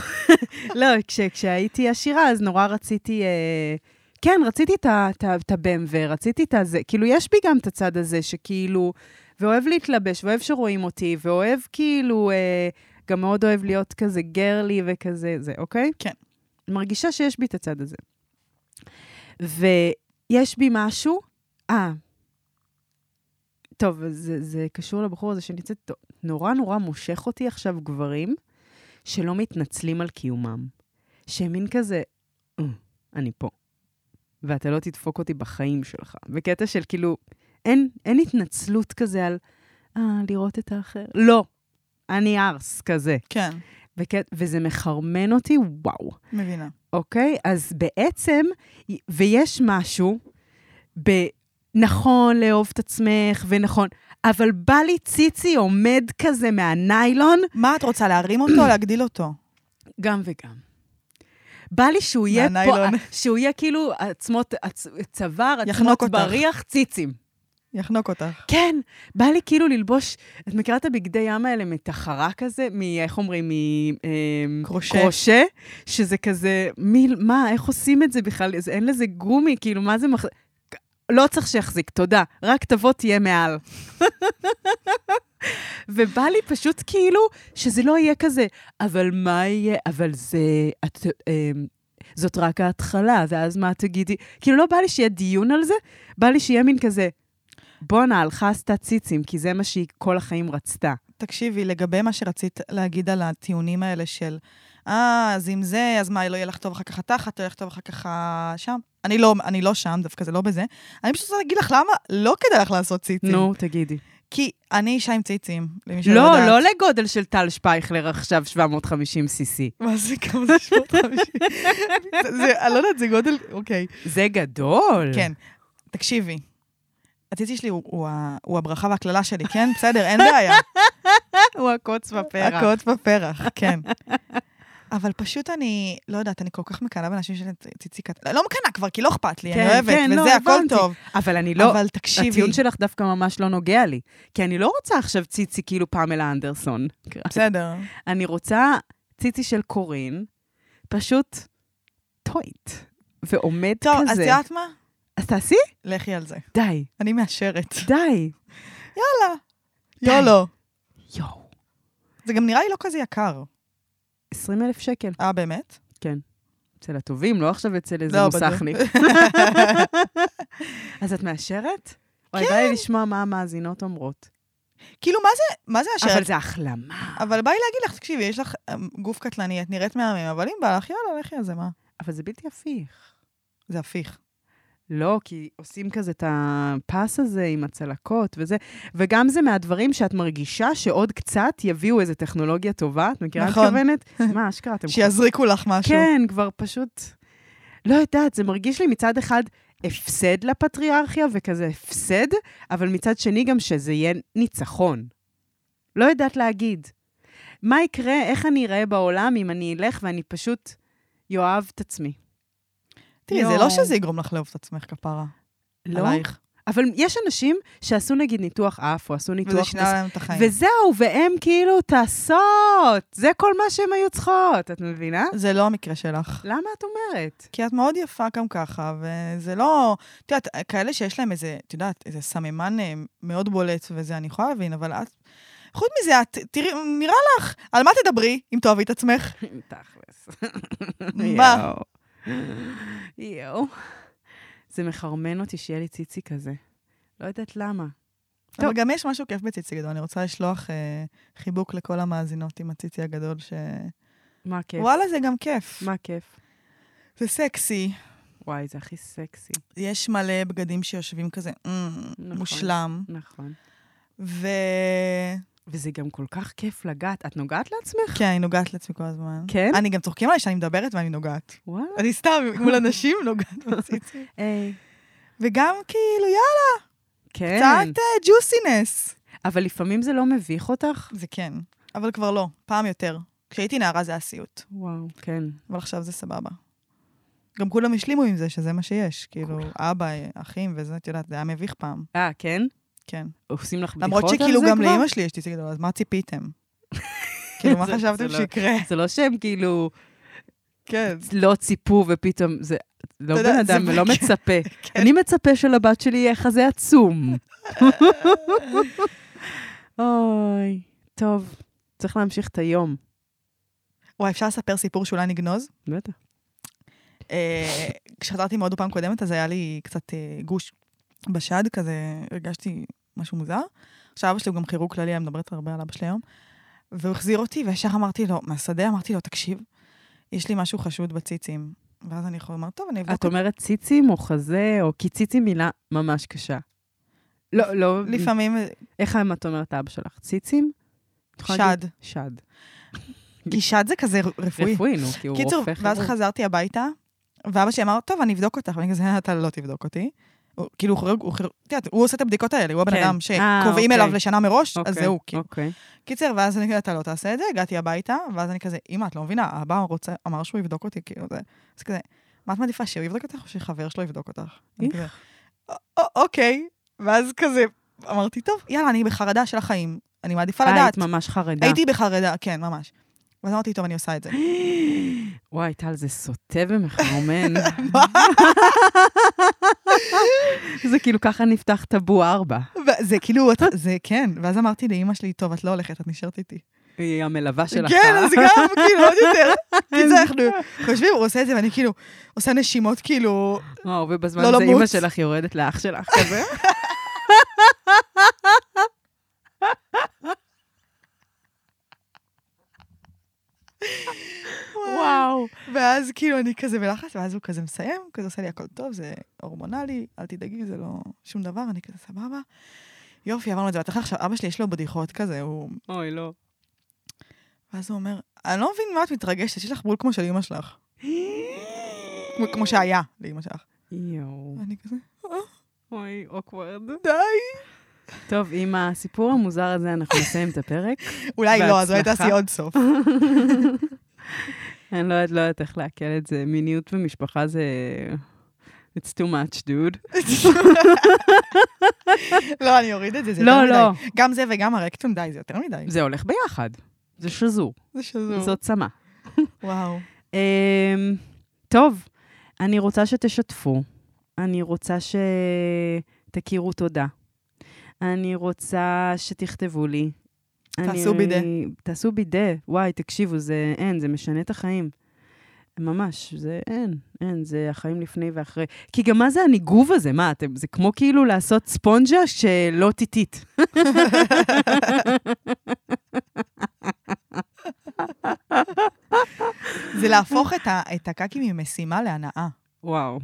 A: לא, כש, כשהייתי עשירה, אז נורא רציתי... אה, כן, רציתי את ה- את ה- את ה-BMW, רציתי את הזה. כאילו, יש בי גם את הצד הזה שכאילו... ואוהב להתלבש, ואוהב שרואים אותי, ואוהב כאילו... אה, גם מאוד אוהב להיות כזה גרלי וכזה זה, אוקיי?
B: כן.
A: מרגישה שיש בי את הצד הזה. ויש בי משהו... אה. טוב, אז זה, זה קשור לבחור הזה שאני יוצאת... נורא נורא מושך אותי עכשיו גברים שלא מתנצלים על קיומם. שהם מין כזה, "אה, אני פה, ואתה לא תדפוק אותי בחיים שלך. בקטע של כאילו, אין, אין התנצלות כזה על אה, לראות את האחר. לא, אני ארס כזה.
B: כן,
A: בקט... וזה מחרמן אותי, וואו.
B: מבינה.
A: אוקיי? אז בעצם, ויש משהו ב... נכון לאהוב את עצמך, ונכון, אבל בא לי ציצי עומד כזה מהניילון,
B: מה את רוצה, להרים אותו או להגדיל אותו?
A: גם וגם. בא לי שהוא יהיה פה,
B: מהניילון.
A: שהוא יהיה כאילו עצמות, עצ, צוואר, עצמות
B: יחנוק אותך.
A: בריח, ציצים.
B: יחנוק אותך.
A: כן, בא לי כאילו ללבוש, את מכירה את הבגדי ים האלה מטחרה כזה? מ... איך אומרים? מ... אמ,
B: קרושה.
A: קרושה, שזה כזה, מי, מה, איך עושים את זה בכלל? זה, אין לזה גומי, כאילו, מה זה מח... לא צריך שיחזיק, תודה. רק תבוא, תהיה מעל. ובא לי פשוט כאילו, שזה לא יהיה כזה, אבל מה יהיה, אבל זה, את, אמ, זאת רק ההתחלה, ואז מה תגידי? כאילו, לא בא לי שיהיה דיון על זה, בא לי שיהיה מין כזה, בואנה, הלכה עשתה ציצים, כי זה מה שהיא כל החיים רצתה.
B: תקשיבי, לגבי מה שרצית להגיד על הטיעונים האלה של, אה, אז אם זה, אז מה, לא יהיה לך טוב אחר כך התחת, לא יהיה לך טוב אחר כך ה- שם? אני לא, אני לא שם, דווקא זה לא בזה. אני פשוט רוצה להגיד לך למה לא כדאי לך לעשות ציצים.
A: נו, תגידי. כי
B: אני אישה עם ציצים, למי שלא
A: לא,
B: יודעת.
A: לא לגודל של טל שפייכלר עכשיו 750 cc.
B: מה זה, כמה זה 750? זה- זה, אני לא יודעת, זה גודל, אוקיי.
A: זה גדול.
B: כן, תקשיבי. הציצי שלי הוא- הוא ה- הוא הברכה והקללה שלי, כן? בסדר, אין בעיה.
A: הוא הקוץ בפרח.
B: הקאות בפרח, כן. אבל פשוט אני, לא יודעת, אני כל כך מקנאה באנשים של ציצי קטן. לא מקנאה כבר, כי לא אכפת לי,
A: כן,
B: אני אוהבת,
A: כן, לא,
B: וזה, הכל
A: הבנתי.
B: טוב.
A: אבל אני לא...
B: אבל תקשיבי,
A: הטיעון שלך דווקא ממש לא נוגע לי. כי אני לא רוצה עכשיו ציצי כאילו פמלה אנדרסון.
B: בסדר.
A: אני רוצה ציצי של קורין, פשוט טויט, ועומד
B: טוב,
A: כזה.
B: אז את יודעת מה?
A: אז תעשי?
B: לכי על זה.
A: די,
B: אני מאשרת.
A: די. די.
B: יולו.
A: יואו,
B: זה גם נראה לי לא כזה יקר.
A: 20 אלף שקל.
B: אה, באמת?
A: אצל הטובים, לא עכשיו אצל איזה
B: לא,
A: מוסכניק. אז את מאשרת? אוי,
B: כן.
A: בא לי לשמוע מה המאזינות אומרות.
B: כאילו, מה זה, מה זה
A: אבל
B: מאשרת?
A: זה החלמה.
B: אבל בא לי להגיד לך, תקשיבי, יש לך אמ, גוף קטלני, את נראית מהמם, אבל אם בא לך, יאללה, לכי על זה, מה?
A: אבל זה בלתי הפיך.
B: זה הפיך.
A: לא, כי עושים כזה את הפס הזה עם הצלקות וזה, וגם זה מהדברים שאת מרגישה שעוד קצת יביאו איזו טכנולוגיה טובה, את מכירה?
B: נכון.
A: את מתכוונת? מה, אשכרה, אתם...
B: שיזריקו לך משהו.
A: כן, כבר פשוט... לא יודעת, זה מרגיש לי מצד אחד הפסד לפטריארכיה וכזה הפסד, אבל מצד שני גם שזה יהיה ניצחון. לא יודעת להגיד. מה יקרה, איך אני אראה בעולם אם אני אלך ואני פשוט יאהב את עצמי?
B: תראי, זה
A: יואו.
B: לא שזה יגרום לך לאהוב את עצמך, כפרה.
A: לא?
B: עלייך.
A: אבל יש אנשים שעשו נגיד ניתוח אף, או עשו
B: וזה
A: ניתוח...
B: שינה להם את החיים.
A: וזהו, והם כאילו טסות. זה כל מה שהן היו צריכות, את מבינה?
B: זה לא המקרה שלך.
A: למה את אומרת?
B: כי את מאוד יפה גם ככה, וזה לא... את יודעת, כאלה שיש להם איזה, את יודעת, איזה סממן אה, מאוד בולט, וזה אני יכולה להבין, אבל את... חוץ מזה, את, תראי, נראה לך, על מה תדברי אם תאהבי את עצמך?
A: תכלס.
B: מה?
A: יואו. יואו. זה מחרמן אותי שיהיה לי ציצי כזה. לא יודעת למה.
B: אבל
A: טוב.
B: גם יש משהו כיף בציצי גדול, אני רוצה לשלוח אה, חיבוק לכל המאזינות עם הציצי הגדול, ש...
A: מה הכיף?
B: וואלה, זה גם כיף.
A: מה הכיף?
B: זה סקסי,
A: וואי, זה הכי סקסי.
B: יש מלא בגדים שיושבים כזה, "אמ,
A: נכון.
B: מושלם.
A: נכון.
B: ו...
A: וזה גם כל כך כיף לגעת. את נוגעת לעצמך?
B: כן, אני נוגעת לעצמי כל הזמן.
A: כן?
B: אני גם צוחקים עליי שאני מדברת ואני נוגעת.
A: וואלה.
B: אני סתם מול אנשים נוגעת בציצי.
A: היי.
B: וגם כאילו, יאללה,
A: כן.
B: קצת אה, ג'וסינס.
A: אבל לפעמים זה לא מביך אותך?
B: זה כן, אבל כבר לא, פעם יותר. כשהייתי נערה זה היה סיוט,
A: וואו, כן.
B: אבל עכשיו זה סבבה. גם כולם השלימו עם זה, שזה מה שיש. כאילו, אבא, אחים וזה, את יודעת, זה היה מביך פעם,
A: אה, כן?
B: כן.
A: עושים לך בדיחות
B: למרות
A: על זה כבר?
B: שכאילו גם לאימא שלי יש תיק גדול, אז מה ציפיתם? כאילו, מה
A: זה- זה
B: חשבתם
A: לא-
B: שיקרה?
A: זה לא שהם כאילו
B: כן.
A: לא ציפו ופתאום זה... לא
B: אתה יודע,
A: בן אדם,
B: זה-
A: לא
B: כן.
A: מצפה. אני מצפה שלבת שלי יהיה חזה עצום. אוי, טוב, צריך להמשיך את היום.
B: וואי, אפשר לספר סיפור שאולי נגנוז?
A: בטח.
B: אה, כשחזרתי מהודו פעם קודמת, אז היה לי קצת אה, גוש בשד, כזה הרגשתי משהו מוזר. עכשיו אבא שלי הוא גם כירורג כללי, אני מדברת הרבה על אבא שלי היום. והוא החזיר אותי, וישר אמרתי לו, מהשדה אמרתי לו, תקשיב, יש לי משהו חשוד בציצים. ואז אני יכולה לומר, טוב, אני אבדוק.
A: את אומרת ציצים או חזה, או כי ציצים מילה ממש קשה. לא, לא,
B: לפעמים אה,
A: איך את אומרת לאבא שלך? ציצים? את יכולה
B: שד.
A: להגיד- שד.
B: כי שד זה כזה רפואי.
A: רפואי, נו, כי הוא רופא
B: קיצור, ואז
A: כירורג.
B: חזרתי הביתה, ואבא שלי אמר, טוב, אני אבדוק אותך, ואני כזה, אתה לא תבדוק אותי. הוא- כאילו, הוא חורג, הוא חורג, את יודעת, הוא עושה את הבדיקות האלה, הוא הבן
A: כן.
B: אדם
A: אה,
B: שקובעים
A: אוקיי.
B: אליו לשנה מראש, אז
A: אוקיי,
B: זהו, כאילו.
A: אוקיי.
B: קיצר, ואז אני כזה, אתה לא תעשה את זה, הגעתי הביתה, ואז אני כזה, אמא, את לא מבינה, האבא רוצה, אמר שהוא יבדוק אותי, כאילו, זה, אז כזה, מה את מעדיפה, שהוא יבדוק אותך או שחבר שלו יבדוק אותך? אני כזה, "א- א- אוקיי, ואז כזה, אמרתי, טוב, יאללה, אני בחרדה של החיים, אני מעדיפה
A: אה,
B: לדעת.
A: היית ממש חרדה.
B: הייתי בחרדה, כן, ממש. ואז אמרתי, טוב, אני עושה את זה.
A: וואי, טל, זה סוטה ומחרמן. זה כאילו ככה נפתח טבו ארבע.
B: ו- זה כאילו, את- זה כן, ואז אמרתי לאימא שלי, טוב, את לא הולכת, את נשארת איתי.
A: היא המלווה שלך.
B: כן,
A: אה?
B: אז גם, כאילו, עוד יותר. כי זה אנחנו חושבים, הוא עושה את זה, ואני כאילו, עושה נשימות, כאילו,
A: וואו, ובזמן
B: לא
A: הזה
B: למות.
A: אימא שלך יורדת לאח שלך כזה. וואו.
B: ואז כאילו אני כזה בלחץ, ואז הוא כזה מסיים, כזה עושה לי הכל טוב, זה הורמונלי, אל תדאגי, זה לא שום דבר, אני כזה סבבה. יופי, עברנו את זה. ואתה עכשיו, אבא שלי יש לו בדיחות כזה, הוא...
A: אוי, לא.
B: ואז הוא אומר, אני לא מבין מה את מתרגשת, יש לך בול כמו של אמא שלך. כמו, כמו שהיה לאמא שלך.
A: יואו.
B: ואני כזה,
A: אוי, אוקוורד.
B: די.
A: טוב, עם הסיפור המוזר הזה אנחנו נסיים את הפרק.
B: אולי לא, אז אולי
A: בהצלחה.
B: תעשי עוד סוף.
A: אני לא יודעת, לא יודעת איך לעכל את זה. מיניות ומשפחה זה... It's too much, dude.
B: לא, אני אוריד את זה, זה
A: לא,
B: יותר מדי.
A: לא.
B: גם זה וגם הרקטום, די, זה יותר מדי.
A: זה הולך ביחד. זה שזור.
B: זה שזור.
A: זאת צמא.
B: וואו.
A: אמ, טוב, אני רוצה שתשתפו. אני רוצה שתכירו תודה. אני רוצה שתכתבו לי.
B: תעשו
A: אני-
B: בידה.
A: תעשו בידה. וואי, תקשיבו, זה אין, זה משנה את החיים. ממש, זה אין, אין, זה החיים לפני ואחרי. כי גם מה זה הניגוב הזה? מה, אתם, זה כמו כאילו לעשות ספונג'ה שלא טיטית.
B: זה להפוך את ה- את הקקי ממשימה להנאה.
A: וואו.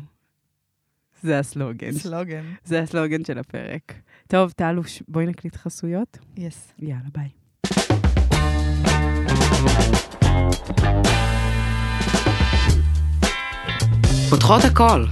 A: זה הסלוגן.
B: סלוגן.
A: זה הסלוגן של הפרק. טוב, טלוש, בואי נקליט חסויות.
B: יס.
A: יאללה, ביי.
C: פותחות הכל.